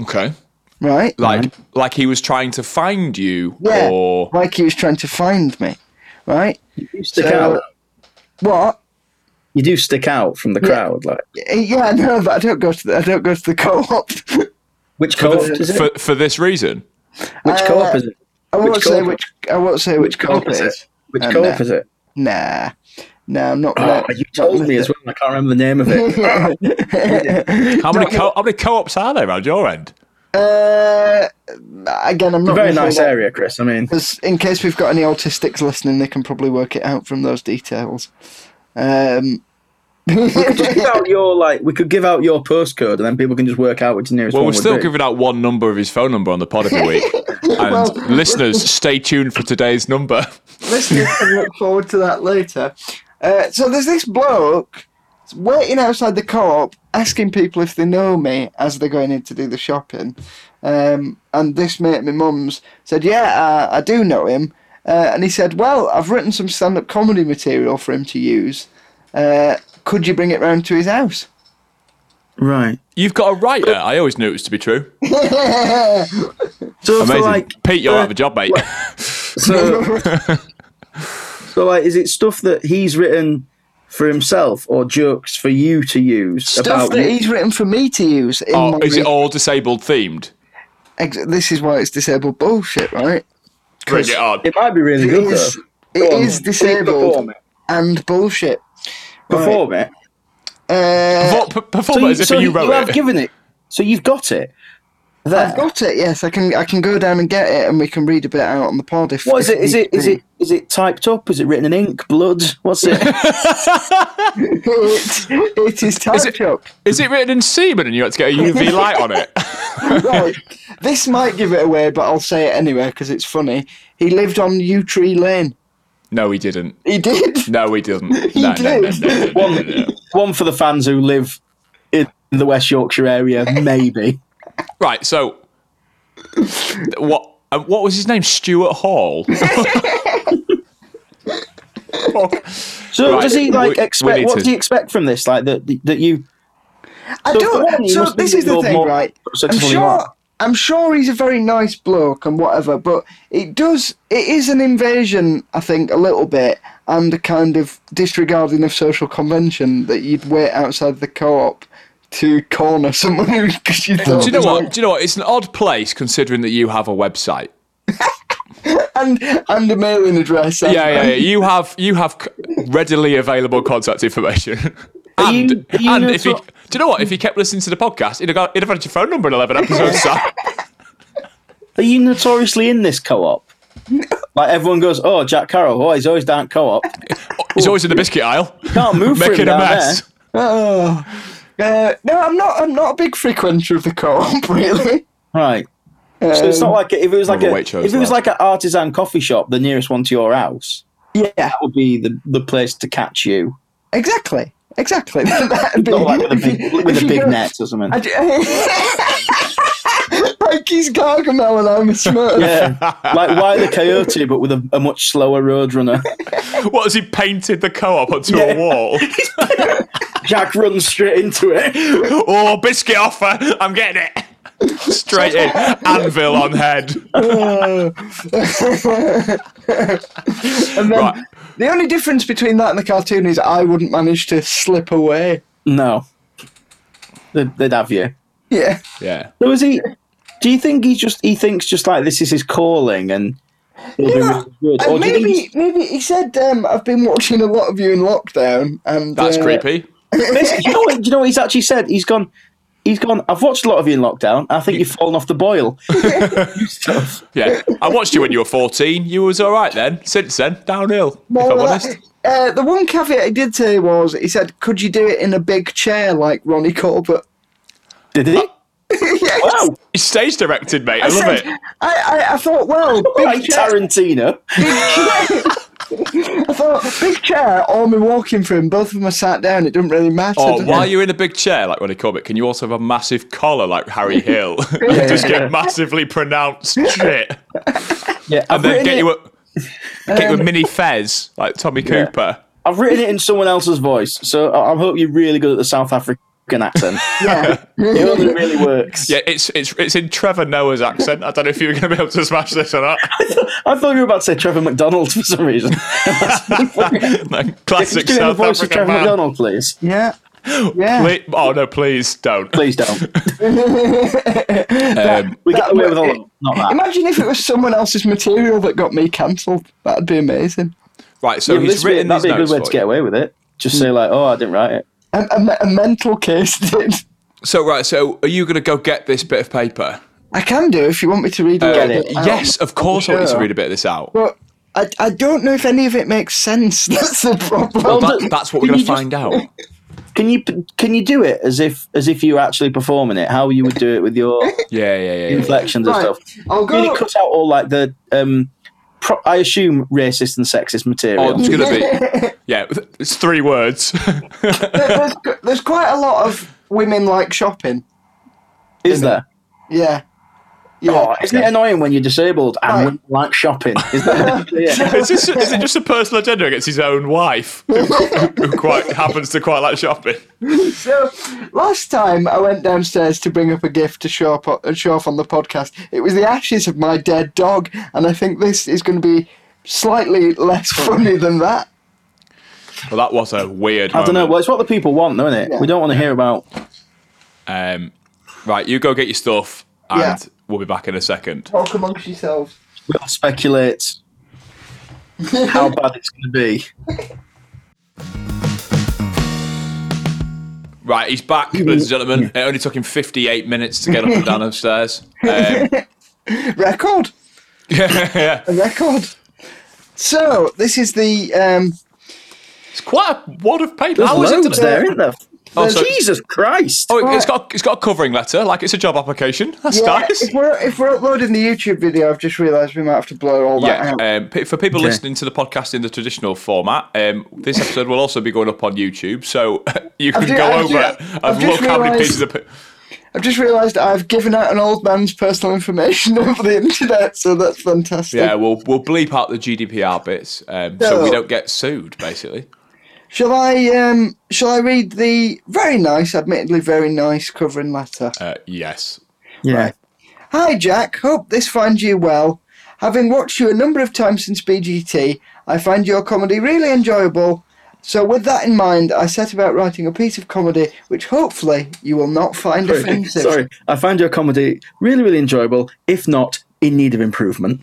Okay. Right, Like like he was trying to find you, yeah, or like he was trying to find me. Right, You stick So- out. What? you do stick out from the crowd. Like Yeah, (laughs) no, but I don't go to the, I don't go to the co-op. (laughs) which co-op For- is it? for, for this reason. which uh, co-op is it? I won't say co-op? which I won't say which co-op it uh, is. Which Um, co-op nah. is it? Nah, nah, I'm not. Oh, gonna- you not told gonna me do- as well. I can't remember the name of (laughs) it. How many co- how many co-ops are there around your end? Uh, again, I'm not. Very gonna say nice that, area, Chris. I mean, 'cause in case we've got any autistics listening, they can probably work it out from those details. Um, just give out your like. We could give out your postcode, and then people can just work out which the nearest Well, one we're would still be. giving out one number of his phone number on the pod every week. And listeners, stay tuned for today's number. listeners can look forward to that later. Uh, so there's this bloke waiting outside the co-op, asking people if they know me as they're going in to do the shopping. Um, and this mate, my mum's, said, "Yeah, I, I do know him." Uh, and he said, "Well, I've written some stand-up comedy material for him to use. Uh, could you bring it round to his house?" Right. You've got a writer. I always knew it was to be true. So Amazing. for like, Pete, you're out of a job, mate. (laughs) so, so like, is it stuff that he's written for himself or jokes for you to use Stuff about that you? he's written for me to use. In Or my Oh, is re- it all disabled themed? Ex- this is why it's disabled bullshit, right? Bring it on. It might be really It good is, though. it Go on, is please disabled Perform it. and bullshit. Perform it. Uh, What, p- perform it as if you wrote have it. given it. So you've got it. There. I've got it. Yes, I can. I can go down and get it, and we can read a bit out on the pod. If What is if it? Is need it? Is be. it? Is it typed up? Is it written in ink, blood? What's (laughs) it? (laughs) it, it is typed it- up. Is it written in semen and you had to get a (laughs) UV light on it? Right. this might give it away, but I'll say it anyway because it's funny. He lived on Yew Tree Lane. No, he didn't. He did. No, (laughs) he didn't. No, no, no, did. no, (laughs) no, no, no. One for the fans who live in the West Yorkshire area, maybe. Right. So, what? uh, What was his name? Stuart (laughs) Hall. So Right, does he like we- we expect? need what to- does he expect from this? Like that? That you? I So for one, don't. you So must be this is the more- thing, more right? I'm successful than you sure. are. I'm sure he's a very nice bloke and whatever, but it does. It is an invasion, I think, a little bit, and a kind of disregarding of social convention that you'd wait outside the co-op to corner someone because you thought. Do you know what? Do you know what? It's an odd place considering that you have a website. And and a mailing address. Yeah, yeah, yeah. You have you have c- readily available contact information. (laughs) And, you- are you and not if he, do sort- you know what? If he kept listening to the podcast, he'd have, got, he'd have had your phone number in eleven episodes. (laughs) Sam. Are you notoriously in this co-op? like everyone goes, oh Jack Carroll, oh he's always down at co-op. He's always in the biscuit aisle, Can't move for him making a down mess. there. Oh. Uh, no, I'm not. I'm not a big frequenter of the co-op, (laughs) really. Right. So it's not Um, like if it was like More a, of a Waitrose if it was lad. like an artisan coffee shop, the nearest one to your house Yeah, that would be the, the place to catch you. exactly, exactly. (laughs) That'd be- Not like with a big with if a you big go- net or something. I (laughs) d- like he's Gargamel and I'm a Smurf. Yeah. like why the coyote, but with a, a much slower roadrunner. What has he painted the co-op onto a wall? (laughs) Jack runs straight into it. Oh, biscuit offer. I'm getting it. Straight in. Anvil on (laughs) head. and then Right. the only difference between that and the cartoon is I wouldn't manage to slip away. No, they'd, they'd have you. Yeah. Yeah. So is he? Do you think he's just he thinks just like this is his calling and he'll be Yeah. really good? And Or do you think maybe, maybe he said, um, "I've been watching a lot of you in lockdown," and That's uh, creepy. he's- do you know what, do you know what he's actually said? He's gone. He's gone. I've watched a lot of you in lockdown. I think you've fallen off the (laughs) boil. You stuff. Yeah. I watched you when you were 14. You was all right then. Since then, downhill, Well, if I'm that- honest. uh, the one caveat he did say was, he said, "Could you do it in a big chair like Ronnie Corbett?" Did he? yes. Wow! He's stage directed, mate. I, love said- it. I, I, I thought, (laughs) well, big Like chair- Tarantino. I thought, big chair or me walking for him, both of them are sat down, it doesn't really matter. Or does while it? you're in a big chair like Ronnie Corbett, can you also have a massive collar like Harry (laughs) Hill? (laughs) and just get massively pronounced shit. Yeah, And I've then written, get it, Um, you a get you a mini fez like Tommy Cooper. I've written it in someone else's voice, so I, I hope you're really good at the South African American (laughs) accent. Yeah. It only really works. Yeah, it's it's it's in Trevor Noah's accent. I don't know if you were going to be able to smash this or (laughs) not. I thought you were about to say Trevor McDonald for some reason. (laughs) Like, Just classic give me the South voice of African Trevor man. McDonald, please. (laughs) Yeah. Yeah. Ple- oh no, please don't. Please don't. Um, We get That away would- with all of not that. Imagine if it was someone else's material that got me cancelled. That'd be amazing. right, so Yeah, but he's this way- written that'd these be a good notes way for to you. get away with it. Just say like, "Oh, I didn't write it." A, a, me- a mental case did. So right, so are you going to go get this bit of paper? I can do if you want me to read Get it. it. out. yes, of course. I want you sure. to read a bit of this out. But I, I don't know if any of it makes sense. (laughs) That's the problem. Well, That, but that's what we're can going you to find just- out. Can you can you do it as if as if you were actually performing it? How you would do it with your Yeah, yeah, yeah. yeah. inflections Right, and stuff? I'll Really go- cut out all like the um, pro- I assume racist and sexist material. Oh, it's going to (laughs) be. Yeah, it's three words. there's, there's quite a lot of women like shopping. is there? Yeah. Oh, Yeah. isn't it annoying when you're disabled and Right. women like shopping? Is that (laughs) (laughs) yeah. Is, this, is it just a personal agenda against his own wife, who, who quite happens to quite like shopping? So (laughs) last time I went downstairs to bring up a gift to show up uh, show off on the podcast. It was the ashes of my dead dog, and I think this is going to be slightly (laughs) less funny than that. Well, that was a weird. I don't know. Well, moment. it's what the people want, don't it? Yeah. We don't want to hear about. Um, right, you go get your stuff, and Yeah. we'll be back in a second. Talk amongst yourselves. We'll (laughs) speculate how bad it's going to be. Right, he's back, ladies and gentlemen. It only took him 58 minutes to get up and down those stairs. Um, (laughs) Record. yeah, A record. So this is the um, it's quite a wad of paper. There's How is it loads to- there, isn't there? Oh, so- Jesus Christ! Oh, it's got it's got a covering letter, like it's a job application. (laughs) That's yeah, nice. if we're if we're uploading the YouTube video, I've just realised we might have to blow all that Yeah, out. um, p- for people listening to the podcast in the traditional format, um, this episode will also be going up on YouTube, so (laughs) you can ju- go I've ju- over it I've and just look how many realised- pieces of. pa- I've just realised I've given out an old man's personal information (laughs) over the internet, so that's fantastic. Yeah, we'll we'll bleep out the GDPR bits, um, so we No. don't get sued. Basically, Shall I um shall I read the very nice, admittedly very nice covering letter? uh, yes. Yeah, Hi Jack, hope this finds you well. Having watched you a number of times since BGT, I find your comedy really enjoyable. So with that in mind, I set about writing a piece of comedy which hopefully you will not find offensive. Sorry, I find your comedy really, really enjoyable. If not, in need (laughs) of improvement.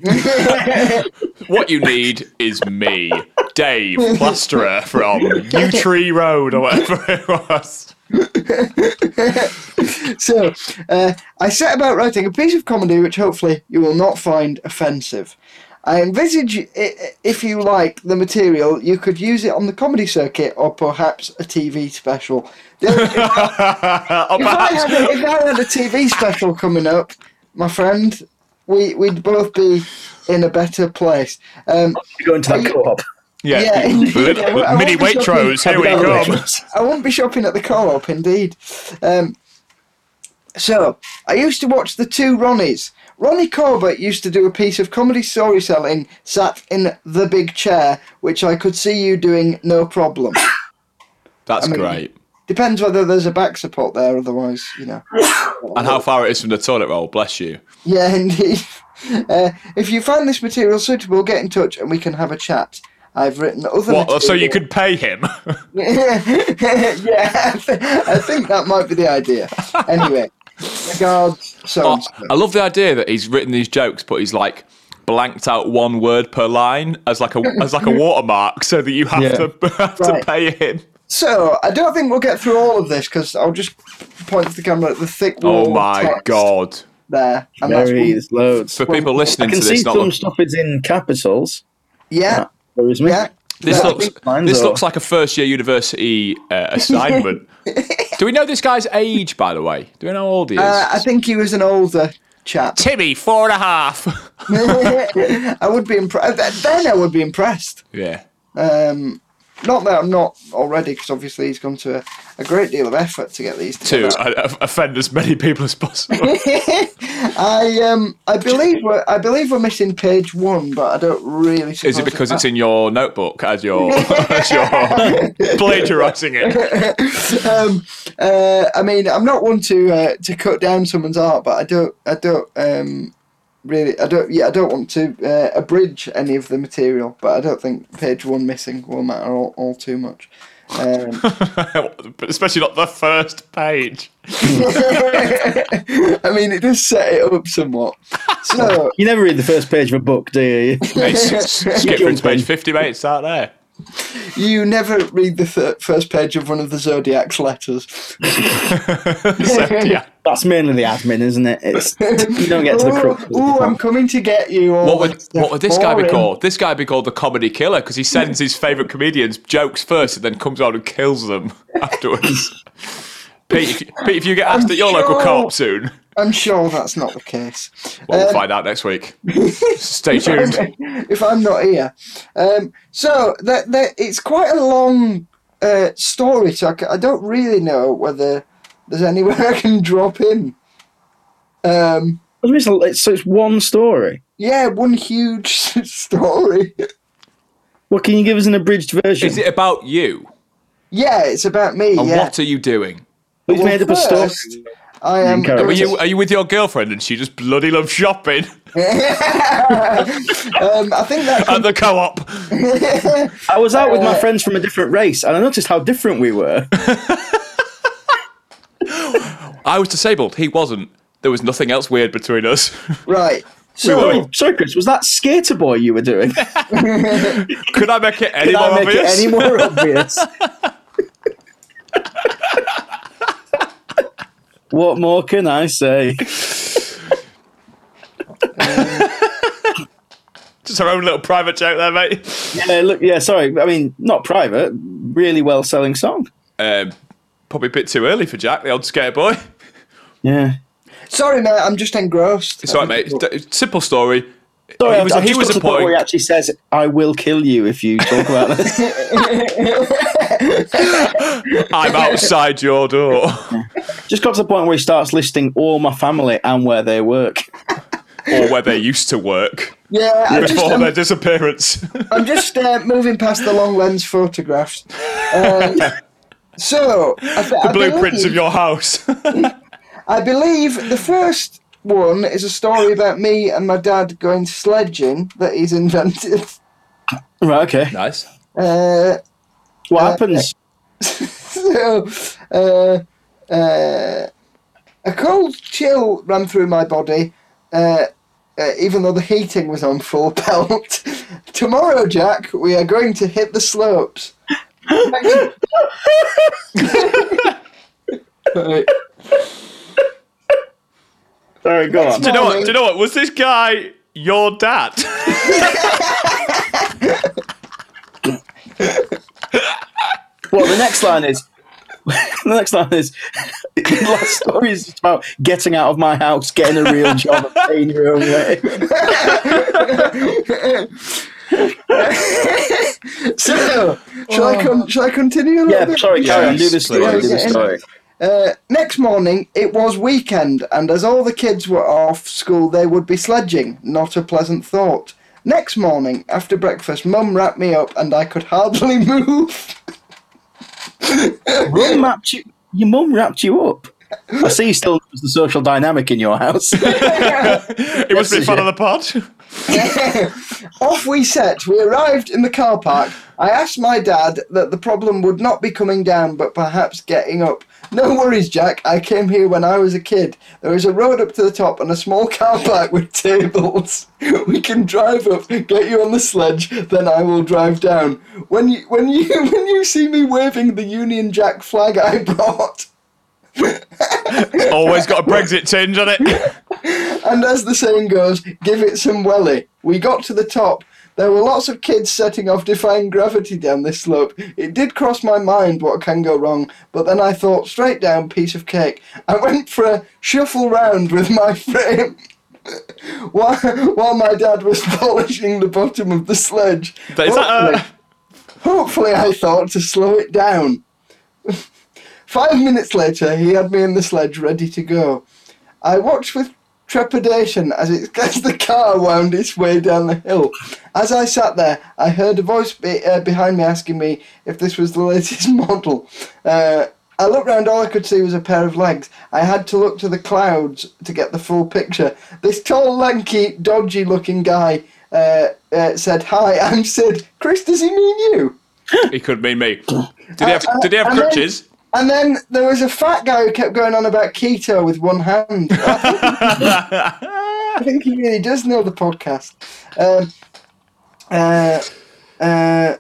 What you need is me, Dave Plasterer (laughs) from Yew Tree Road or whatever it was. So, uh, I set about writing a piece of comedy which hopefully you will not find offensive. I envisage, i- i- if you like the material, you could use it on the comedy circuit or perhaps a TV special. The only- if, Or I perhaps had a, if I had a TV special coming up, my friend, we, we'd both be in a better place. Um, Go into that you- co-op. (laughs) Yeah. Yeah, indeed. Little- I won't- I mini won't be Waitrose, here we (laughs) Have that come. arrangement. I won't be shopping at the co-op, indeed. Um, so, I used to watch the two Ronnies. Ronnie Corbett used to do a piece of comedy storytelling sat in the big chair, which I could see you doing no problem. That's mean- great. Depends whether there's a back support there, otherwise, you know. And how far it is from the toilet roll, bless you. Yeah, (laughs) indeed. Uh, if you find this material suitable, get in touch and we can have a chat. I've written other. What, so you material. could pay him? (laughs) yeah, I, th- I think that might be the idea. Anyway, regards. So and so. (laughs) I love the idea that he's written these jokes, but he's like blanked out one word per line as like a (laughs) as like a watermark, so that you have Yeah. to (laughs) have Right. to pay him. So I don't think we'll get through all of this because I'll just point to the camera at the thick wall. Oh of my text god! There and that's Very, there's loads. For people I listening to can see this, not some look, stuff is in capitals. yeah, There is me. yeah. this yeah, looks mine's this are- looks like a first year university (laughs) uh, assignment. Do we know this guy's age, by the way? Do we know how old he is? Uh, I think he was an older chap. (laughs) Timmy, four and a half. (laughs) I would be impressed. Then I would be impressed. yeah. Um, not that I'm not already, because obviously he's gone to a, a great deal of effort to get these to together. uh, offend as many people as (laughs) possible. I um I believe we're I believe we're missing page one, but I don't really. Is it because it's in your notebook as (laughs) you're, as you're plagiarising it? (laughs) um, uh, I mean, I'm not one to uh, to cut down someone's art, but I don't, I don't um, really, I don't, yeah, I don't want to uh, abridge any of the material. But I don't think page one missing will matter all, all too much. Um, (laughs) But (laughs) especially not the first page. I mean, it does set it up somewhat. (laughs) So You never read the first page of a book, do you? (laughs) Hey, (laughs) s- s- skip through to page 50, mate. Start there. you never read the th- first page of one of the zodiac's letters. yeah. That's mainly the admin, isn't it? It's you don't get to the crux. of the Ooh, I'm problem. coming to get you. all What would, that what would this guy be boring. called? This guy be called the comedy killer because he sends his favourite comedians jokes first and then comes out and kills them (laughs) (laughs) afterwards. Pete, if you, Pete, if you get asked at your local sure. co-op soon, I'm sure that's not the case. well, we'll Um, find out next week. (laughs) Stay tuned. if I'm not here. Um, so that, that it's quite a long uh, story, so I, c- I don't really know whether there's anywhere (laughs) I can drop in. Um, What do you mean, it's- so it's one story. yeah, one huge (laughs) story. Well, can you give us an abridged version? Is it about you? Yeah, it's about me. And yeah, what are you doing? He's Well, made up a story. first- I am. Encourage. Are you, are you with your girlfriend and she just bloody loves shopping (laughs) um, I think that. (laughs) at the co-op? I was out uh, with my friends from a different race, and I noticed how different (laughs) we were. I was disabled. He wasn't. There was nothing else weird between us. (laughs) (laughs) right. sorry, So, oh, sorry, Chris, was that skater boy you were doing? Did Could I make it any more I make obvious? it any more (laughs) obvious? what more can I say? Just our own little private joke there, mate. Yeah, look, yeah, sorry. I mean, not private. Really well selling song. Um, probably a bit too early for Jack, the old skater boy. Yeah. sorry, mate. I'm just engrossed. It's all right, mate. D- simple story. Sorry, Oh, he was, I've he just was got to the point appointed- where he actually says, "I will kill you if you talk about this." (laughs) (laughs) I'm outside your (laughs) door. just got to the point where he starts listing all my family and where they work. or where they used to work Yeah, I just, before I'm, their (laughs) disappearance. I'm just uh, moving past the long lens photographs. Um, so, I, the Blueprints of your house. (laughs) I believe the first one is a story about me and my dad going sledging that he's invented. (laughs) Right. Okay. nice. Uh, What happens? so, uh, uh, a cold chill ran through my body, uh, uh, even though the heating was on full (laughs) pelt. Tomorrow, Jack, we are going to hit the slopes. Right. Sorry, go on. Do you know what? Morning. Do you know what? Was this guy your dad? (laughs) Well, the next line is. (laughs) the next line is. (laughs) the last story is just about getting out of my house, getting (laughs) a real job, and paying your own way. So, shall I con- shall I continue? A little Yeah. bit? Sorry, carry on. Do the story. please. Do the story. Uh, next morning, it was weekend, and as all the kids were off school, they would be sledging. Not a pleasant thought. Next morning, after breakfast, Mum wrapped me up, and I could hardly (laughs) move. Mum wrapped you. Your mum wrapped you up. I see you still knows the social dynamic in your house. (laughs) It must be fun of the pod. Off we set. We arrived in the car park. I asked my dad that the problem would not be coming down, but perhaps getting up. No worries, Jack. I came here when I was a kid. There is a road up to the top and a small car park with tables. (laughs) We can drive up, get you on the sledge, then I will drive down. When you when you (laughs) when you see me waving the Union Jack flag I brought, Always got a Brexit tinge on it. And as the saying goes, give it some welly. We got to the top. There were lots of kids setting off defying gravity down this slope. It did cross my mind what can go wrong, but then I thought straight down piece of cake. I went for a shuffle round with my (laughs) frame. While, while my dad was (laughs) polishing the bottom of the sledge. Is that uh, a- Hopefully, I thought to slow it down. (laughs) Five minutes later, he had me in the sledge ready to go. I watched with trepidation as, it, as the car wound its way down the hill. As I sat there, I heard a voice be, uh, behind me asking me if this was the (laughs) latest model. Uh, I looked round, all I could see was a pair of legs. I had to look to the clouds to get the full picture. This tall, lanky, dodgy looking guy uh, uh, said, Hi, (laughs) I'm Sid. Chris, does he mean you? (laughs) It could mean me. Did he have, Uh, uh, did he have and then- crutches? And then there was a fat guy who kept going on about keto with one hand. I think he really does know the podcast. Um, uh, uh,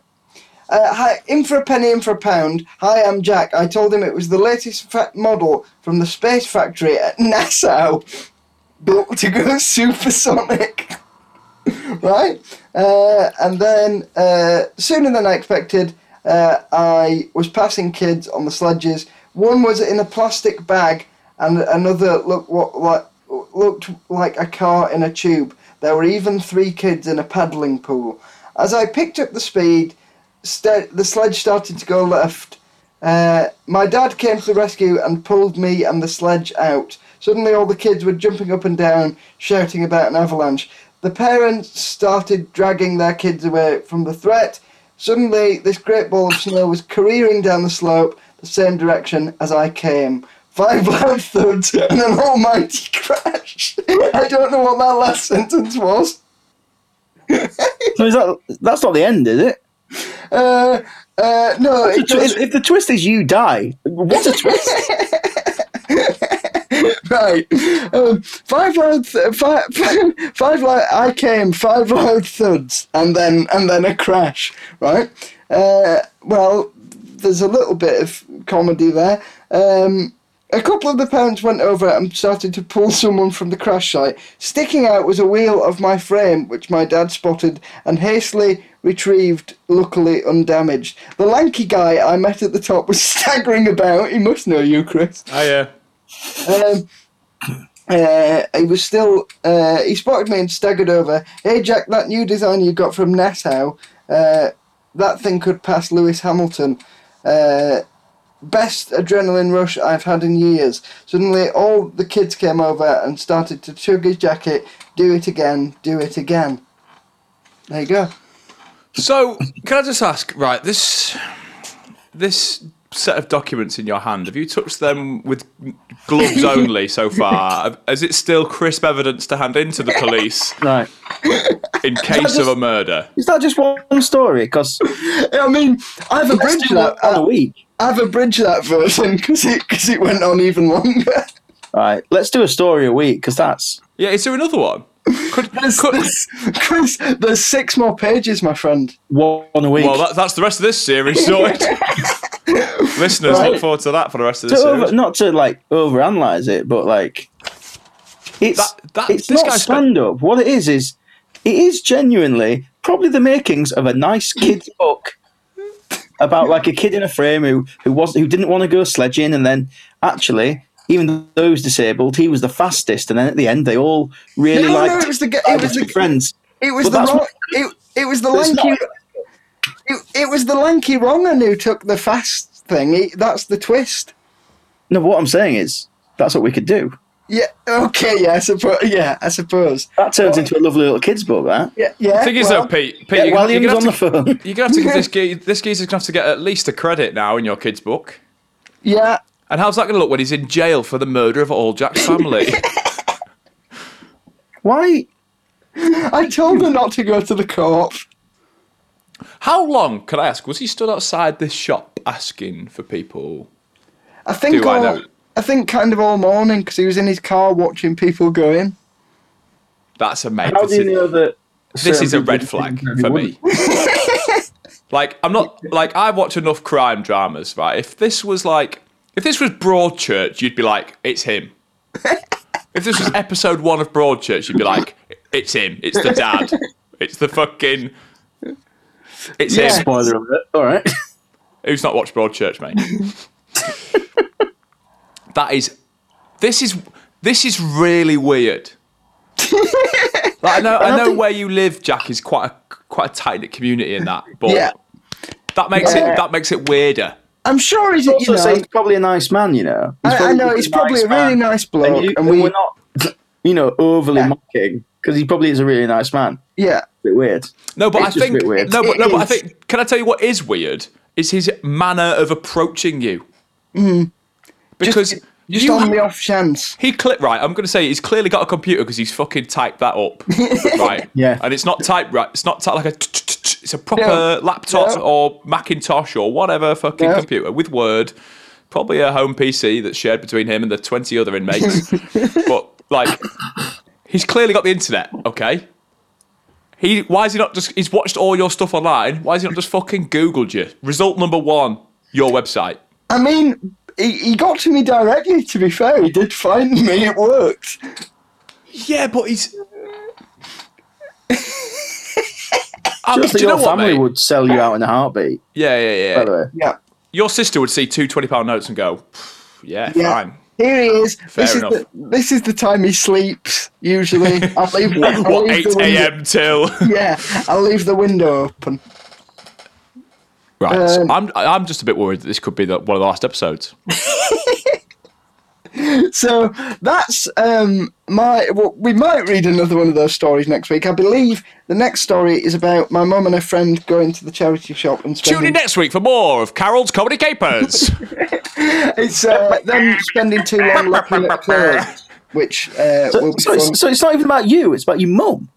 uh, hi, in for a penny, in for a pound. Hi, I'm Jack. I told him it was the latest fa- model from the space factory at (laughs) Nassau, built to go (laughs) supersonic. (laughs) right? Uh, and then, uh, sooner than I expected, uh, I was passing kids on the sledges. One was in a plastic bag, and another looked what like looked like a car in a tube. There were even three kids in a paddling pool. As I picked up the speed, st- the sledge started to go left. Uh, my dad came to the rescue and pulled me and the sledge out. Suddenly, all the kids were jumping up and down, shouting about an avalanche. The parents started dragging their kids away from the threat. Suddenly, this great ball of snow was careering down the slope, the same direction as I came. Five (laughs) loud thuds and an almighty (laughs) crash. I don't know what that last sentence was. So is that that's not the end, is it? Uh, uh, no, it If, just, if the twist is you die, what a twist! (laughs) right. Um, five loud, th- five, (laughs) five, five loud. I came five (laughs) loud thuds, and then and then a crash. Right. Uh, well, there's a little bit of comedy there. Um, a couple of the parents went over and started to pull someone from the crash site. Sticking out was a wheel of my frame, which my dad spotted and hastily retrieved, luckily undamaged. The lanky guy I met at the top was (laughs) staggering about. He must know you, Chris. Oh yeah. Um, uh, he was still. Uh, he spotted me and staggered over. Hey, Jack, that new design you got from Nassau, uh, that thing could pass Lewis Hamilton. Uh, best adrenaline rush I've had in years. Suddenly, all the kids came over and started to tug his jacket. Do it again. Do it again. There you go. So, can I just ask? Right, this this set of documents in your hand. Have you touched them with gloves only so far? Is it still crisp evidence to hand in to the police Right. in case of a murder? Is that just one story? (laughs) Because I mean, I've abridged that. on a I- week. I've abridged that version because it because it went on even longer. All right, let's do a story a week because that's Yeah, is there another one? Could, could, There's, Chris, there's six more pages, my friend. one a week. well, that, that's the rest of this series sorted. Listeners, Right. look forward to that for the rest of the to over, series. not to like overanalyze it, but like it's That- that- it's this not guy's- stand up. What it is is it is genuinely probably the makings of a (laughs) nice kid's book about like a kid in a frame who who was who didn't want to go sledging, and then actually. Even though he was disabled, he was the fastest, and then at the end, they all really No, no, liked it was the ge- it liked was the- his friends. It was But the that's wrong, what- it, it was the But it's lanky not- it, it was the lanky wronger who took the fast thing. He, that's the twist. No, what I'm saying is that's what we could do. Yeah. Okay. Yeah. I suppose. Yeah. I suppose. That turns into a lovely little kids' book. That Yeah. Yeah. The thing is, well, though, uh, Pete, Pete Get you're, gonna- you're Williams gonna on the have to, phone. (laughs) you're gonna have (laughs) to give this ge- this geezer's gonna have to get at least a credit now in your kid's book. Yeah. And how's that going to look when he's in jail for the murder of all Jack's family? (laughs) Why? (laughs) I told her not to go to the co-op. How long, can I ask, was he stood outside this shop asking for people? I think. Do I all, know? I think kind of all morning because he was in his car watching people go in. That's amazing. How do you know that? this certain is a people red didn't flag and for me. wouldn't? like I'm not like I watch enough crime dramas, right? If this was like if this was Broadchurch, you'd be like, it's him. if this was episode one of Broadchurch, you'd be like, it's him. It's the dad. It's the fucking. It's him. Spoiler alert. All right. Who's not watched Broadchurch, mate? (laughs) that is, this is this is really weird. like, I (laughs) know, I, know where you live, Jack, is quite a quite a tight knit community in that, but Yeah. that makes Yeah. it that makes it weirder. I'm sure he's, also you know, say he's probably a nice man, you know. He's I, I probably know he's probably a really man. nice And, bloke, you, and we, are not, you know, overly Yeah. mocking because he probably is a really nice man. yeah, bit weird. No, but It's I just a think bit weird. no, but It no, but I is. think. Can I tell you what is weird? Is his manner of approaching you. Because Mm-hmm. just, just you- on the off chance. He click right. I'm going to say he's clearly got a computer because he's fucking typed (laughs) that up, right? Yeah. And it's not type right. It's not type like a. t- t- t- It's a proper No. laptop No. or Macintosh or whatever fucking No. computer with Word, probably a home PC that's shared between him and the twenty other inmates. (laughs) but like, he's clearly got the internet. Okay. He why is he not just? He's watched all your stuff online. Why is he not just fucking googled you? Result number one: your website. I mean, he, he got to me directly. To be fair, he did find me. It worked. Yeah, but he's. I mean, Just do that you your know what, family mate? would sell you out in a heartbeat. Yeah, yeah, By the yeah. way, Yeah, Your sister would see two £20 notes and go, yeah, yeah. fine. Here he is. this enough. is the this is the time he sleeps (laughs) usually. I'll leave. I'll What, leave 8 the window- a.m. till. (laughs) Yeah, I'll leave the window open. Right. Um, I'm, I'm just a bit worried that this could be the, one of the last episodes. So that's um, my. Well, we might read another one of those stories next week. I believe the next story is about my mum and her friend going to the charity shop and Tune in spending. next week for more of Carol's Comedy (laughs) Capers. It's uh, them spending too long looking at clothes, which uh, will so, be so fun. it's, so it's not even about you; it's about your mum.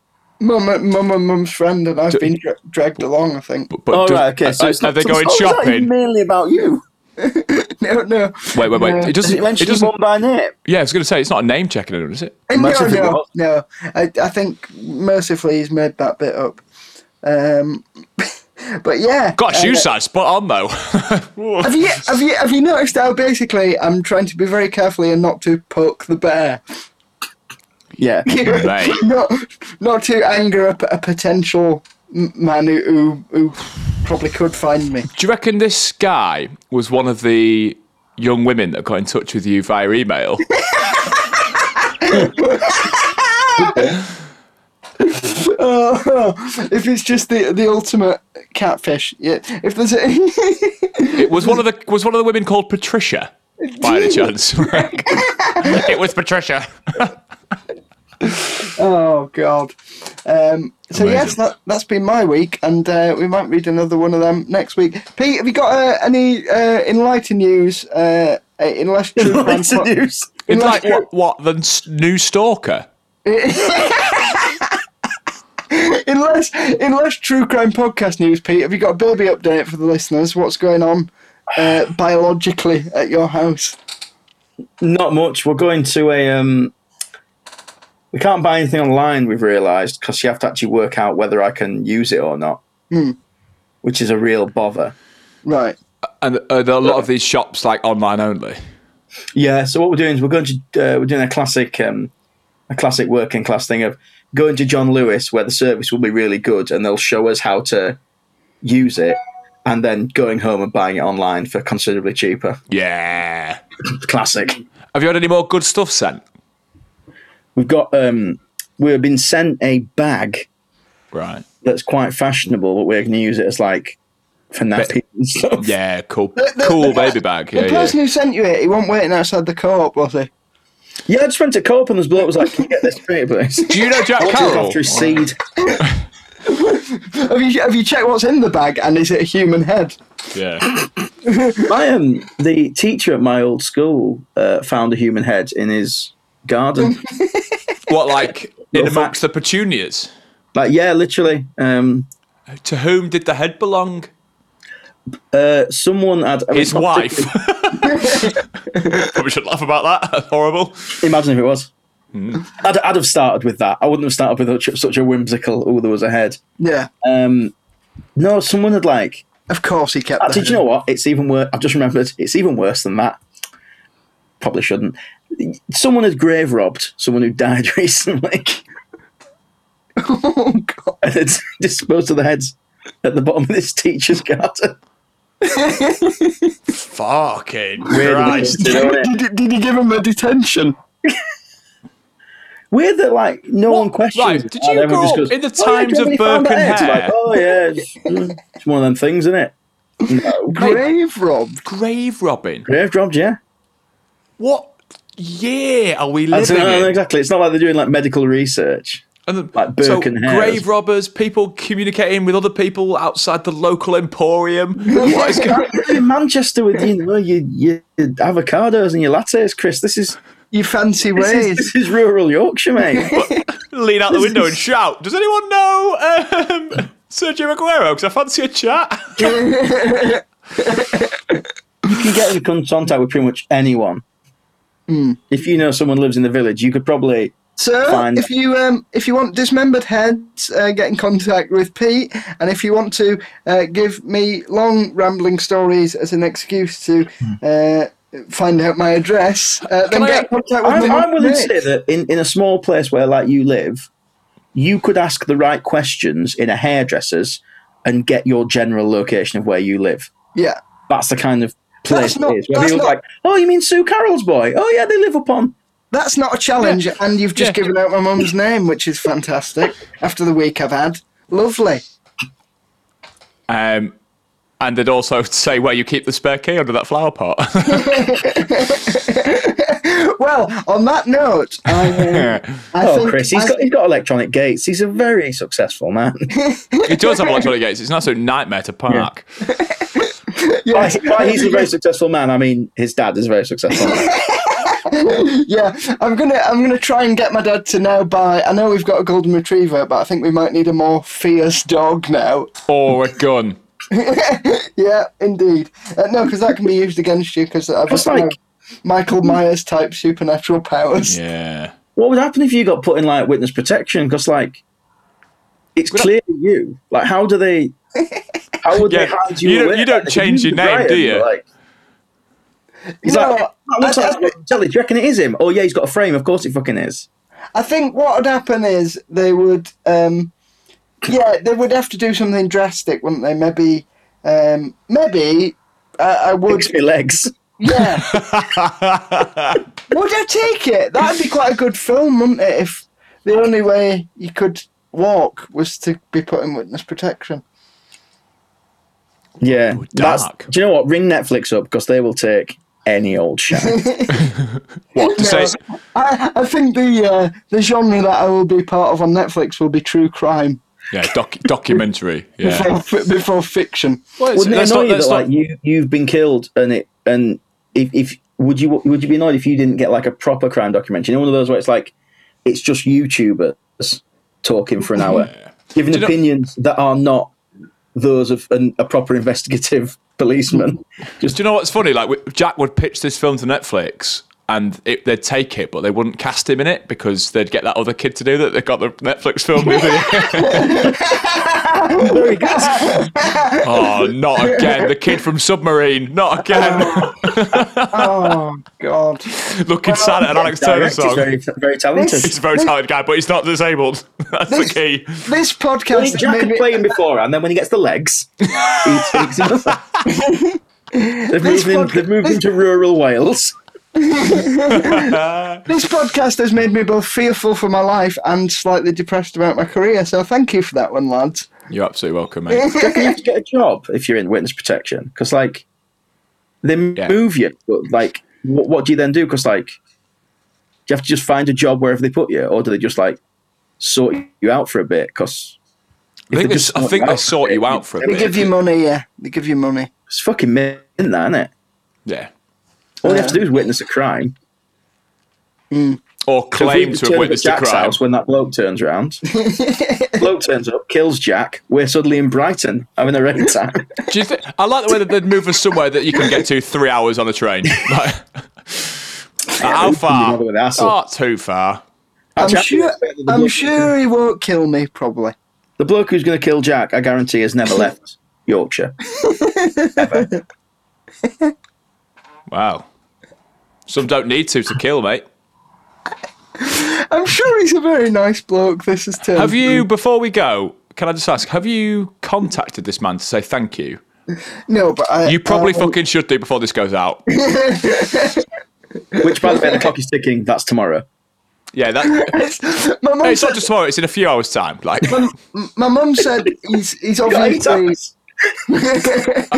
Mum, mum, and mum's friend, and I've been dra- dragged along. I think. But All does- right, okay. So are- it's are not they going oh, It's not even shopping? mainly about you. (laughs) No, no. Wait, wait, wait. No. It Does doesn't. it It mention your doesn't. mum by name? Yeah, I was going to say it's not a name checking, is it? No, Mercifully no, not. no. I, I think mercifully he's made that bit up. Um, (laughs) but yeah, Got a shoe uh, size spot on though. (laughs) Have you, have you have you noticed how basically I'm trying to be very carefully and not to poke the bear, (laughs) (laughs) Yeah. Mate. not not to anger a, p- a potential m- man who, who who probably could find me. (laughs) Do you reckon this guy was one of the young women that got in touch with you via email? If it's just the the ultimate catfish, yeah. If there's a (laughs) It was one of the was one of the women called Patricia by any chance? (laughs) it was Patricia. oh god, um, so yes, that that's been my week, and uh, we might read another one of them next week. Pete, have you got uh, any uh, enlightened news? Uh, uh, Unless true (laughs) crime It's the po- news. It's Unless- like what what the s- new stalker? (laughs) Unless, unless true crime podcast news, Pete, have you got a baby update for the listeners? What's going on uh, biologically at your house? Not much. We're going to a. Um, we can't buy anything online. We've realised because you have to actually work out whether I can use it or not, which is a real bother. Right. And are there a lot of these shops like online only? Yeah. So what we're doing is we're going to uh, we're doing a classic um, a classic working class thing of going to John Lewis where the service will be really good and they'll show us how to use it, and then going home and buying it online for considerably cheaper. Yeah. Classic. Have you had any more good stuff sent? We've got um, we've been sent a bag Right. that's quite fashionable, but we're going to use it as like for nappies and stuff. Yeah. Cool. the- cool the- baby bag. Yeah. the yeah. person who sent you it, he wasn't waiting outside the co-op, was he? Yeah, I just went to Cope and this bloke was like, "Can you get this straight, please?" Do you know (laughs) Jack Carroll? After his seed. Have you have you checked what's in the bag and is it a human head? Yeah. My um, the teacher at my old school uh, found a human head in his garden. What like in Little fact. amongst the petunias? like, yeah, literally. Um, To whom did the head belong? uh, someone had I mean, His it's not wife. particularly- (laughs) Probably should laugh about that. Horrible. Imagine if it was. Hmm. I'd, I'd have started with that. I wouldn't have started with such- such a whimsical. Oh, there was a head. Yeah. Um, no, someone had like Of course he kept Actually, that. do Uh, you know what? It's even worse. I've just remembered. It's even worse than that. Probably shouldn't. Someone had grave robbed someone who died (laughs) recently (laughs) Oh, God. and had disposed of the heads at the bottom of this teacher's garden. Fucking Weird, Christ. isn't it? Did, did, did you give him a detention? Weird that like no one questions. right, it. did you And everyone grow just up in the "Oh, yeah, do times you of know when you found Burke and that head?" Like, Hare? oh yeah, it's, it's one of them things, isn't it? No. Grave (laughs) robbed. Grave robbing. Grave robbed, yeah. What year are we And so, living no, no, in? exactly. It's not like they're doing like medical research. And the, like Burke so and Hares. grave robbers, people communicating with other people outside the local emporium. (laughs) What is going- in Manchester with you know you, you avocados and your lattes, Chris. This is You fancy this, is, ways. this is rural (laughs) Yorkshire, mate. Lean out the window and shout. Does anyone know um, (laughs) Sergio Aguero? Because I fancy a chat. you can get in con- contact with pretty much anyone. Hmm. If you know someone lives in the village, you could probably Sir, Fine. if you um, if you want dismembered heads, uh, get in contact with Pete. And if you want to uh, give me long rambling stories as an excuse to Hmm. uh, find out my address, uh, then I- get in contact with I'm, me. I'm willing to say that in, in a small place where like you live, you could ask the right questions in a hairdresser's and get your general location of where you live. Yeah. That's the kind of place That's not- it is. Where that's people not- like, oh, you mean Sue Carroll's boy? Oh yeah, they live up on. That's not a challenge, and you've just given out my mum's name, which is fantastic. After the week I've had, lovely. Um, and they'd also say where you keep the spare key under that flower (laughs) pot. Well, on that note, I, (laughs) um, I Oh, think Chris, he's I- got he's got electronic gates. He's a very (laughs) successful man. it does have electronic gates. It's an absolute nightmare to park. by, by he's (laughs) a very successful man, I mean his dad is a very successful man. yeah, I'm gonna I'm gonna try and get my dad to now buy. I know we've got a golden retriever, but I think we might need a more fierce dog now. Or a gun. Yeah, indeed. Uh, no, because that can be used against you because I've That's just like like- Michael Myers type supernatural powers. Yeah. what would happen if you got put in like witness protection? Because like, it's clearly you. Like, how do they? How would they Yeah, hide you? you don't- away? you don't Like, if change your Brian, name, do you? Like, he's No, like, that looks I- like I- someone on telly. Do you reckon it is him? Oh yeah, he's got a frame. Of course, it fucking is. I think what would happen is they would, um, yeah, they would have to do something drastic, wouldn't they? Maybe, um, maybe I, I would. Looks at (laughs) my legs. Yeah. Would I take it? That'd be quite a good film, wouldn't it? If the only way you could walk was to be put in witness protection. Yeah, that's. dark. Do you know what? Ring Netflix up because they will take any old shit. What? To No, say, I, I think the uh, the genre that I will be part of on Netflix will be true crime yeah, doc- documentary. Yeah. before, fi- before fiction. Wouldn't it Let's not- annoy you let's that not- like you you've been killed and it and if, if would you would you be annoyed if you didn't get like a proper crime documentary? You know, one of those where it's like it's just YouTubers talking for an hour, giving you know- opinions that are not those of an, a proper investigative (laughs) policeman. Do you know what's funny? Like w- Jack would pitch this film to Netflix, and it, they'd take it, but they wouldn't cast him in it because they'd get that other kid to do that. They got the Netflix (laughs) film. with it. Very good. oh, not again! The kid from Submarine, not again! Oh God! (laughs) Looking sad at an Alex Turner Direct, he's song. very very talented. He's a very talented guy, but he's not disabled. (laughs) That's the key. This I podcast think Jack made can me- play him before, and then when he gets the legs, he takes him. They've moved, him, fucking- they've moved him to rural Wales. this podcast has made me both fearful for my life and slightly depressed about my career. So thank you for that one, lads. You're absolutely welcome, mate. Do you reckon you have to get a job if you're in witness protection? Because like they move you, but like what, what do you then do? Because like do you have to just find a job wherever they put you, or do they just like sort you out for a bit? Because I think, they they, just I Oh, sort think you they out sort you out for a They bit. give you money, yeah. They give you money. it's fucking mint, that isn't it? yeah. All you have to do is witness a crime. Or If we claim to turn up have at witnessed a Jack's crime. house when that bloke turns around. bloke turns up, kills Jack. We're suddenly in Brighton having a rain time. Do you think, I like the way that they'd move us somewhere that you can get to three hours on a train. (laughs) Like, how far? bother with the hassle. Not too far. I'm Jack- sure. the I'm bloke- sure he won't kill me. Probably. The bloke who's going to kill Jack, I guarantee, has never left Yorkshire. Wow. Some don't need to to kill, mate. I'm sure he's a very nice bloke. This is turned. Have you, before we go, can I just ask, have you contacted this man to say thank you? No, but I. You probably I- fucking should do before this goes out. Which, by the way, the clock is ticking. That's tomorrow. Yeah, that, (laughs) My mum it's not (laughs) said. just tomorrow, it's in a few hours' time. Like, my mum said he's he's Got any (laughs) obviously times?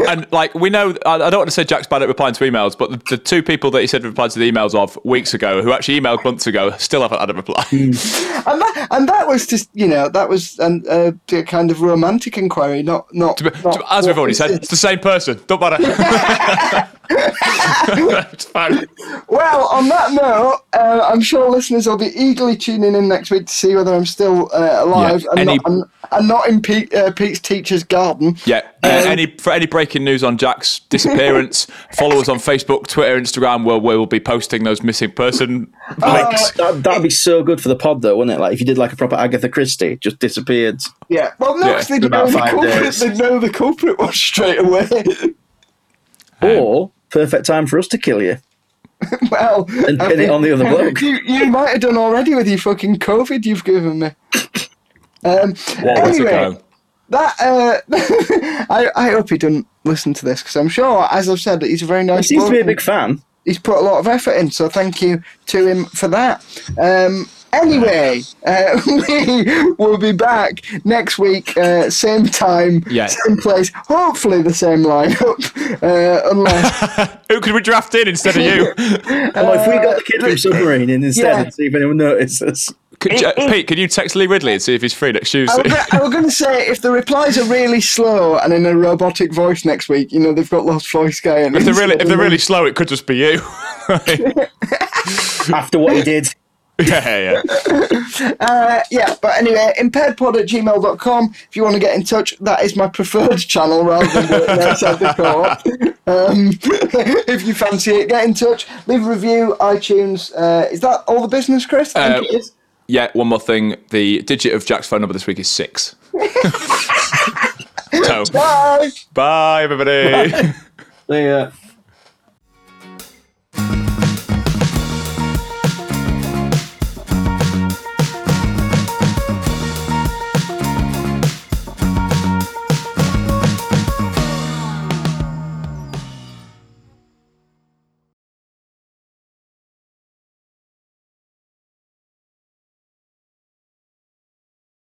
and like we know, I, I don't want to say Jack's bad at replying to emails, but the, the two people that he said replied to the emails of weeks ago, who actually emailed months ago, still haven't had a reply. and that and that was just you know that was an, uh, a kind of romantic inquiry, not not, not As we've already said, not- it's the same person. Don't matter. (laughs) it's fine. Well, on that note, uh, I'm sure listeners will be eagerly tuning in next week to see whether I'm still uh, alive Yeah, and, any- not, and, and not in Pete, uh, Pete's teacher's garden. Yeah. uh, any for any breaking news on Jack's (laughs) disappearance, follow us on Facebook, Twitter, Instagram, where we will be posting those missing person links. Uh, That, that'd be so good for the pod, though, wouldn't it? Like if you did like a proper Agatha Christie, just disappeared. Yeah. Well, no, Yeah, 'cause they'd, know about the five culprit, days. they'd know the culprit was straight away. (laughs) or perfect time for us to kill you well, and I pin it mean, on the other (laughs) bloke. you, you might have done already with your fucking COVID you've given me. Um, Let's anyway, go. that uh, (laughs) I, I hope he doesn't listen to this because I'm sure, as I've said, that he's a very He nice. seems to be a bloke. big fan. he's put a lot of effort in, so thank you to him for that. Um, anyway, uh, (laughs) we will be back next week, uh, same time, Yeah. same place, hopefully the same lineup, uh, (laughs) unless. Who could we draft in instead of you? And like, if we got the kid from submarine in instead yeah. and see if anyone (laughs) notices. (laughs) Could, Ja- Pete, could you text Lee Ridley and see if he's free next I Tuesday? was gonna- I was going to say, if the replies are really slow and in a robotic voice next week, you know, they've got Lost Voice Guy in If they're really, if they're really slow, it could just be you. (laughs) yeah, after what he did. yeah. Uh, yeah, but anyway, impairedpod at gmail.com. If you want to get in touch, that is my preferred channel rather than doing it outside the co-op. Um, (laughs) if you fancy it, get in touch. Leave a review, iTunes. Uh, is that all the business, Chris? I think Uh, it is. Yeah, one more thing. The digit of Jack's phone number this week is (laughs) six. so, Bye! bye, everybody. They, uh,